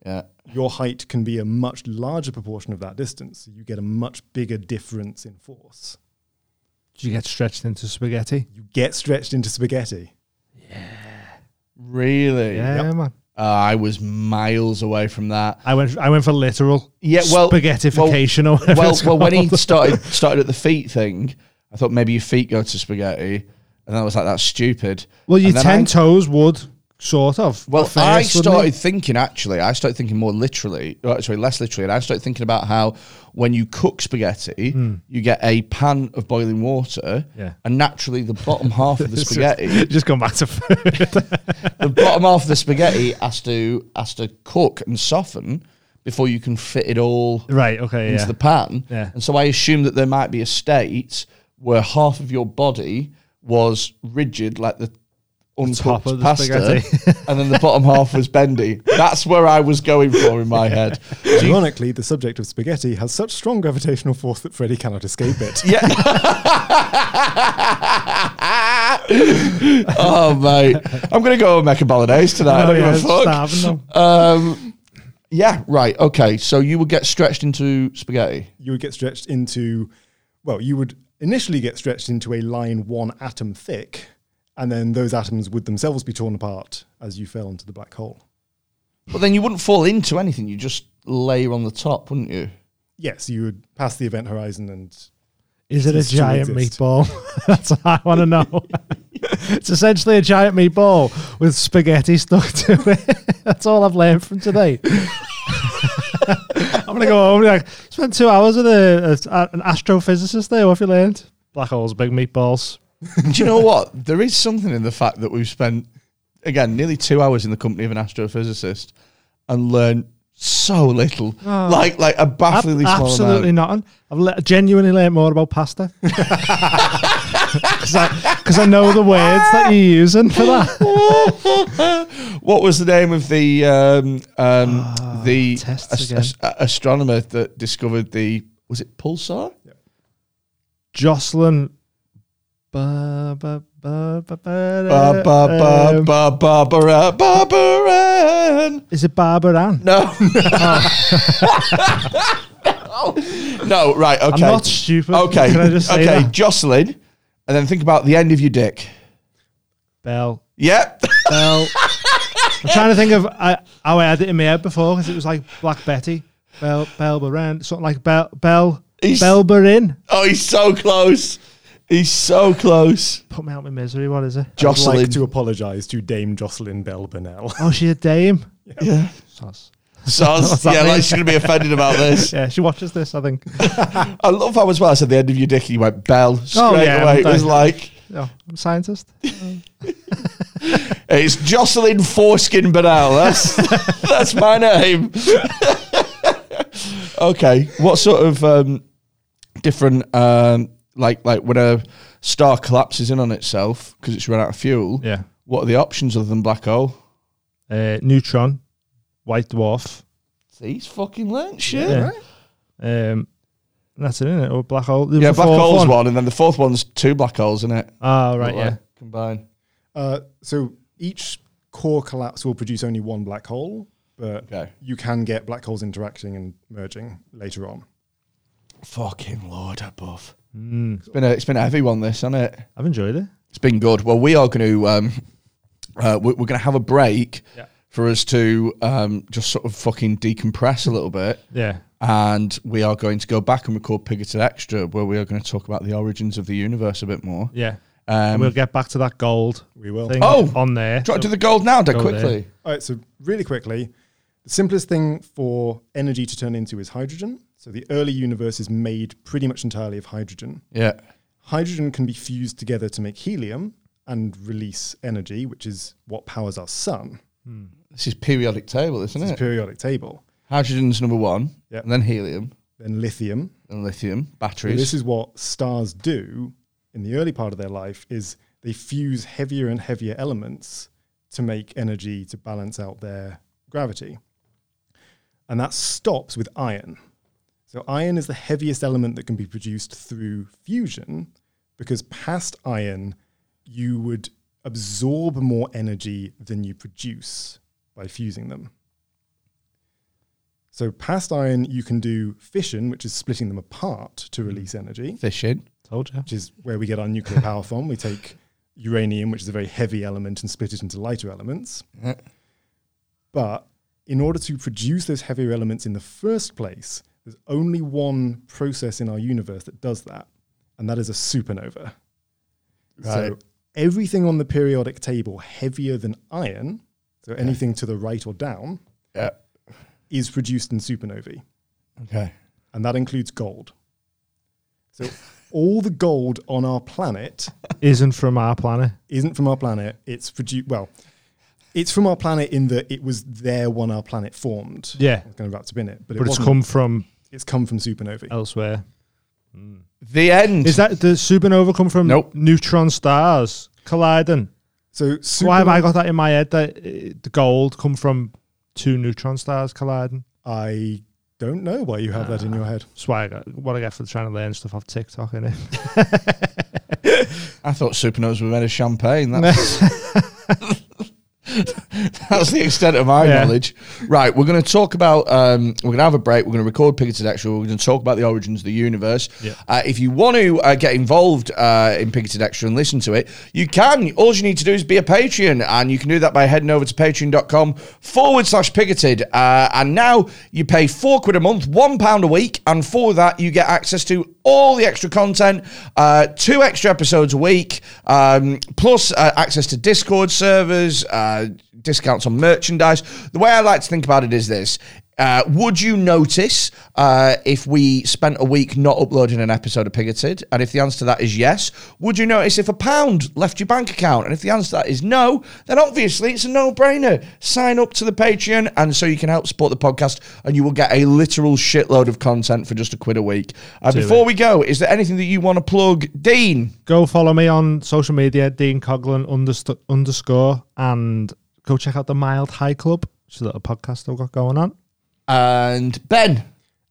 [SPEAKER 1] Yeah.
[SPEAKER 2] your height can be a much larger proportion of that distance. You get a much bigger difference in force.
[SPEAKER 3] Did you get stretched into spaghetti?
[SPEAKER 2] You get stretched into spaghetti.
[SPEAKER 1] Really?
[SPEAKER 3] Yeah,
[SPEAKER 2] Yep.
[SPEAKER 3] man.
[SPEAKER 1] Uh, I was miles away from that.
[SPEAKER 3] I went. I went for literal.
[SPEAKER 1] Yeah, well,
[SPEAKER 3] spaghettification or whatever.
[SPEAKER 1] Well,
[SPEAKER 3] it's
[SPEAKER 1] well, when he
[SPEAKER 3] called.
[SPEAKER 1] started started at the feet thing, I thought maybe your feet go to spaghetti, and I was like, that's stupid.
[SPEAKER 3] well, your
[SPEAKER 1] And then
[SPEAKER 3] ten
[SPEAKER 1] I-
[SPEAKER 3] toes would sort of.
[SPEAKER 1] Well,
[SPEAKER 3] at first,
[SPEAKER 1] I
[SPEAKER 3] wouldn't it?
[SPEAKER 1] started thinking actually. I started thinking more literally, uh, sorry, less literally, and I started thinking about how when you cook spaghetti, you get a pan of boiling water,
[SPEAKER 3] Hmm. Yeah.
[SPEAKER 1] and naturally the bottom half of the
[SPEAKER 3] It's just-
[SPEAKER 1] spaghetti,
[SPEAKER 3] Just gone back to food.
[SPEAKER 1] the bottom half of the spaghetti has to has to cook and soften before you can fit it all
[SPEAKER 3] right. Okay.
[SPEAKER 1] into
[SPEAKER 3] Yeah.
[SPEAKER 1] the pan.
[SPEAKER 3] Yeah.
[SPEAKER 1] And so I assume that there might be a state where half of your body was rigid, like the uncooked
[SPEAKER 3] top of the
[SPEAKER 1] pasta,
[SPEAKER 3] spaghetti.
[SPEAKER 1] and then the bottom half was bendy. That's where I was going for in my head. Do you-
[SPEAKER 2] Ironically, the subject of spaghetti has such strong gravitational force that Freddy cannot escape it.
[SPEAKER 1] yeah. oh mate, I'm gonna go and make a bolognese tonight. I
[SPEAKER 3] Oh,
[SPEAKER 1] don't
[SPEAKER 3] yeah,
[SPEAKER 1] give a fuck.
[SPEAKER 3] starving them.
[SPEAKER 1] Um, yeah, right. Okay, so you would get stretched into spaghetti.
[SPEAKER 2] you would get stretched into, well, you would initially get stretched into a line one atom thick, and then those atoms would themselves be torn apart as you fell into the black hole.
[SPEAKER 1] But then you wouldn't fall into anything. You just layer on the top, wouldn't you?
[SPEAKER 2] Yes, you would pass the event horizon and
[SPEAKER 3] Is it a
[SPEAKER 2] Does it still
[SPEAKER 3] giant
[SPEAKER 2] exist?
[SPEAKER 3] meatball? That's what I want to know. it's essentially a giant meatball with spaghetti stuck to it. That's all I've learned from today. I'm gonna go home. and be Like, spent two hours with a, a- an astrophysicist there. What have you learned? Black holes, big meatballs.
[SPEAKER 1] Do you know what? There is something in the fact that we've spent, again, nearly two hours in the company of an astrophysicist and learned so little. Like, like a
[SPEAKER 3] Oh. Ab-
[SPEAKER 1] bafflingly small
[SPEAKER 3] absolutely
[SPEAKER 1] amount.
[SPEAKER 3] nothing. I've le- genuinely learned more about pasta because I, 'cause I know the words that you're using for that.
[SPEAKER 1] what was the name of the um, um, the
[SPEAKER 3] tests
[SPEAKER 1] as-
[SPEAKER 3] Ah, again.
[SPEAKER 1] as- a- astronomer that discovered the was it pulsar?
[SPEAKER 3] Jocelyn. Ba, ba, ba, ba,
[SPEAKER 1] Ba, ba,
[SPEAKER 3] ba,
[SPEAKER 1] ba,
[SPEAKER 3] Uh, um,
[SPEAKER 1] ba, Barbara, Barbara.
[SPEAKER 3] Is it Barbara Ann?
[SPEAKER 1] No. no, right, okay.
[SPEAKER 3] I'm not stupid.
[SPEAKER 1] Okay.
[SPEAKER 3] Can I just say
[SPEAKER 1] okay,
[SPEAKER 3] that?
[SPEAKER 1] Jocelyn. And then think about the end of your dick.
[SPEAKER 3] Bell.
[SPEAKER 1] Yep.
[SPEAKER 3] Bell. I'm trying to think of uh, how I had it in my head before because it was like Black Betty, Bell, Bell Baran, something like Bell, Bell,
[SPEAKER 1] He's-
[SPEAKER 3] Bell Barin.
[SPEAKER 1] Oh, he's so close. He's so close.
[SPEAKER 3] Put me out my misery. What is it?
[SPEAKER 1] Jocelyn.
[SPEAKER 2] I'd like to apologise to Dame Jocelyn Bell Burnell.
[SPEAKER 3] Oh, she's a dame.
[SPEAKER 1] yeah.
[SPEAKER 3] Soz.
[SPEAKER 1] Soz.
[SPEAKER 3] that
[SPEAKER 1] yeah,
[SPEAKER 3] mean?
[SPEAKER 1] like she's going to be offended about this.
[SPEAKER 3] Yeah, she watches this. I think.
[SPEAKER 1] I love how as well I said the end of your dick and you went bell straight
[SPEAKER 3] Oh, yeah,
[SPEAKER 1] away. It
[SPEAKER 3] I'm
[SPEAKER 1] was
[SPEAKER 3] done.
[SPEAKER 1] like,
[SPEAKER 3] Oh, I'm a scientist.
[SPEAKER 1] it's Jocelyn Foreskin Banal. That's, that's my name. okay. What sort of um, different, um, like, like when a star collapses in on itself because it's run out of fuel,
[SPEAKER 3] Yeah.
[SPEAKER 1] What are the options other than black hole?
[SPEAKER 3] Uh, Neutron, White Dwarf.
[SPEAKER 1] See, he's fucking learnt shit.
[SPEAKER 3] Yeah. Um, that's it, isn't it? Or black hole. There was
[SPEAKER 1] Yeah,
[SPEAKER 3] a
[SPEAKER 1] black
[SPEAKER 3] fourth
[SPEAKER 1] hole's
[SPEAKER 3] one.
[SPEAKER 1] one. and then the fourth one's two black holes, isn't it?
[SPEAKER 3] Ah, right.
[SPEAKER 1] Like,
[SPEAKER 3] Yeah.
[SPEAKER 1] combine.
[SPEAKER 2] Uh, so each core collapse will produce only one black hole, but
[SPEAKER 1] Okay.
[SPEAKER 2] you can get black holes interacting and merging later on.
[SPEAKER 1] Fucking lord above. It's been a it's been a heavy one, this, hasn't it?
[SPEAKER 3] I've enjoyed it.
[SPEAKER 1] It's been good. Well, we are going to um, uh, we- we're going to have a break
[SPEAKER 3] Yeah.
[SPEAKER 1] for us to um, just sort of fucking decompress a little bit,
[SPEAKER 3] Yeah.
[SPEAKER 1] and we are going to go back and record Pigoted Extra, where we are going to talk about the origins of the universe a bit more.
[SPEAKER 3] Yeah.
[SPEAKER 1] Um,
[SPEAKER 3] we'll get back to that gold
[SPEAKER 2] We will.
[SPEAKER 3] thing
[SPEAKER 1] Oh!
[SPEAKER 3] on there.
[SPEAKER 1] Do you want to do the gold now, Dad?
[SPEAKER 3] Go there.
[SPEAKER 1] Quickly.
[SPEAKER 2] All right, so really quickly, the simplest thing for energy to turn into is hydrogen. So the early universe is made pretty much entirely of hydrogen.
[SPEAKER 1] Yeah.
[SPEAKER 2] Hydrogen can be fused together to make helium and release energy, which is what powers our sun.
[SPEAKER 1] This is periodic table, isn't
[SPEAKER 2] This
[SPEAKER 1] it?
[SPEAKER 2] is periodic table.
[SPEAKER 1] Hydrogen's number one,
[SPEAKER 2] Yeah.
[SPEAKER 1] and then helium,
[SPEAKER 2] Then lithium.
[SPEAKER 1] and lithium
[SPEAKER 2] So
[SPEAKER 1] batteries.
[SPEAKER 2] this is what stars do in the early part of their life is they fuse heavier and heavier elements to make energy to balance out their gravity. And that stops with iron. So iron is the heaviest element that can be produced through fusion because past iron you would absorb more energy than you produce by fusing them. So past iron you can do fission which is splitting them apart to release energy
[SPEAKER 1] fishing.
[SPEAKER 3] Told you.
[SPEAKER 2] which is where we get our nuclear power from. We take uranium, which is a very heavy element, and split it into lighter elements.
[SPEAKER 1] Yeah.
[SPEAKER 2] But in order to produce those heavier elements in the first place, there's only one process in our universe that does that, and that is a supernova. So
[SPEAKER 1] Right.
[SPEAKER 2] everything on the periodic table heavier than iron So anything to the right or down
[SPEAKER 1] Yeah.
[SPEAKER 2] is produced in supernovae,
[SPEAKER 1] Okay.
[SPEAKER 2] and that includes gold. So all the gold on our planet
[SPEAKER 3] Isn't from our planet.
[SPEAKER 2] isn't from our planet. It's produced, well, it's from our planet in that it was there when our planet formed.
[SPEAKER 3] Yeah.
[SPEAKER 2] It's kind of wrapped up in it, but, it
[SPEAKER 3] But it's
[SPEAKER 2] wasn't-
[SPEAKER 3] come Uh, from
[SPEAKER 2] it's come from supernovae.
[SPEAKER 3] elsewhere.
[SPEAKER 1] The end.
[SPEAKER 3] Is that does supernova come from
[SPEAKER 1] Nope.
[SPEAKER 3] neutron stars colliding?
[SPEAKER 2] So
[SPEAKER 3] Why have
[SPEAKER 2] supernova-
[SPEAKER 3] I got that in my head that uh, the gold come from two neutron stars colliding?
[SPEAKER 2] I don't know why you have that in your head.
[SPEAKER 3] That's why I got what I get for trying to learn stuff off TikTok, innit?
[SPEAKER 1] I thought supernovas were made of champagne. That's, that's the extent of my
[SPEAKER 3] Yeah.
[SPEAKER 1] knowledge. Right, we're going to talk about, um, we're going to have a break. We're going to record Picketed Extra. We're going to talk about the origins of the universe.
[SPEAKER 3] Yeah.
[SPEAKER 1] Uh, if you want to uh, get involved uh, in Picketed Extra and listen to it, you can. All you need to do is be a Patreon, and you can do that by heading over to patreon.com forward slash picketed. Uh, and now you pay four quid a month, one pound a week, and for that, you get access to all the extra content, uh, two extra episodes a week, um, plus uh, access to Discord servers, uh, discounts on merchandise. The way I like to think about it is this. Uh, would you notice uh, if we spent a week not uploading an episode of Pigoted? And if the answer to that is yes, would you notice if a pound left your bank account? And if the answer to that is no, then obviously it's a no brainer. Sign up to the Patreon, and so you can help support the podcast, and you will get a literal shitload of content for just a quid a week. Uh, before we go, is there anything that you want to plug, Dean?
[SPEAKER 3] go follow me on social media, Dean Coughlin underst- underscore, and go check out the Mild High Club. It's a little podcast I've got going on.
[SPEAKER 1] And Ben?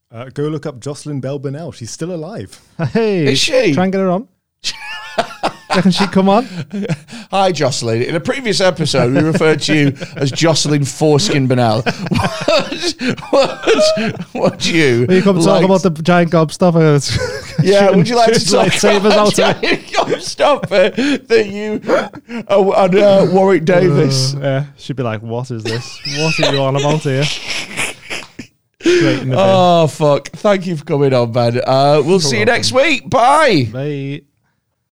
[SPEAKER 3] Ah.
[SPEAKER 2] Uh, go look up Jocelyn Bell Burnell. She's still alive.
[SPEAKER 3] Hey,
[SPEAKER 1] Is she?
[SPEAKER 3] Try and get her on. Can she come on?
[SPEAKER 1] Hi, Jocelyn. In a previous episode, we referred to you as Jocelyn Foreskin Bernal. What, what, what you?
[SPEAKER 3] Will you come talk
[SPEAKER 1] like-
[SPEAKER 3] about the giant gobstopper?
[SPEAKER 1] Yeah, would you like to talk
[SPEAKER 3] lightsabers
[SPEAKER 1] about
[SPEAKER 3] out of
[SPEAKER 1] giant
[SPEAKER 3] it?
[SPEAKER 1] gobstopper that you oh, and uh, Warwick Davis?
[SPEAKER 3] Uh, yeah, she'd be like, "What is this? What are you on about here?" Straight in the
[SPEAKER 1] oh fuck! Thank you for coming on, man. Uh, we'll see you next week. Bye.
[SPEAKER 3] bin. Bye.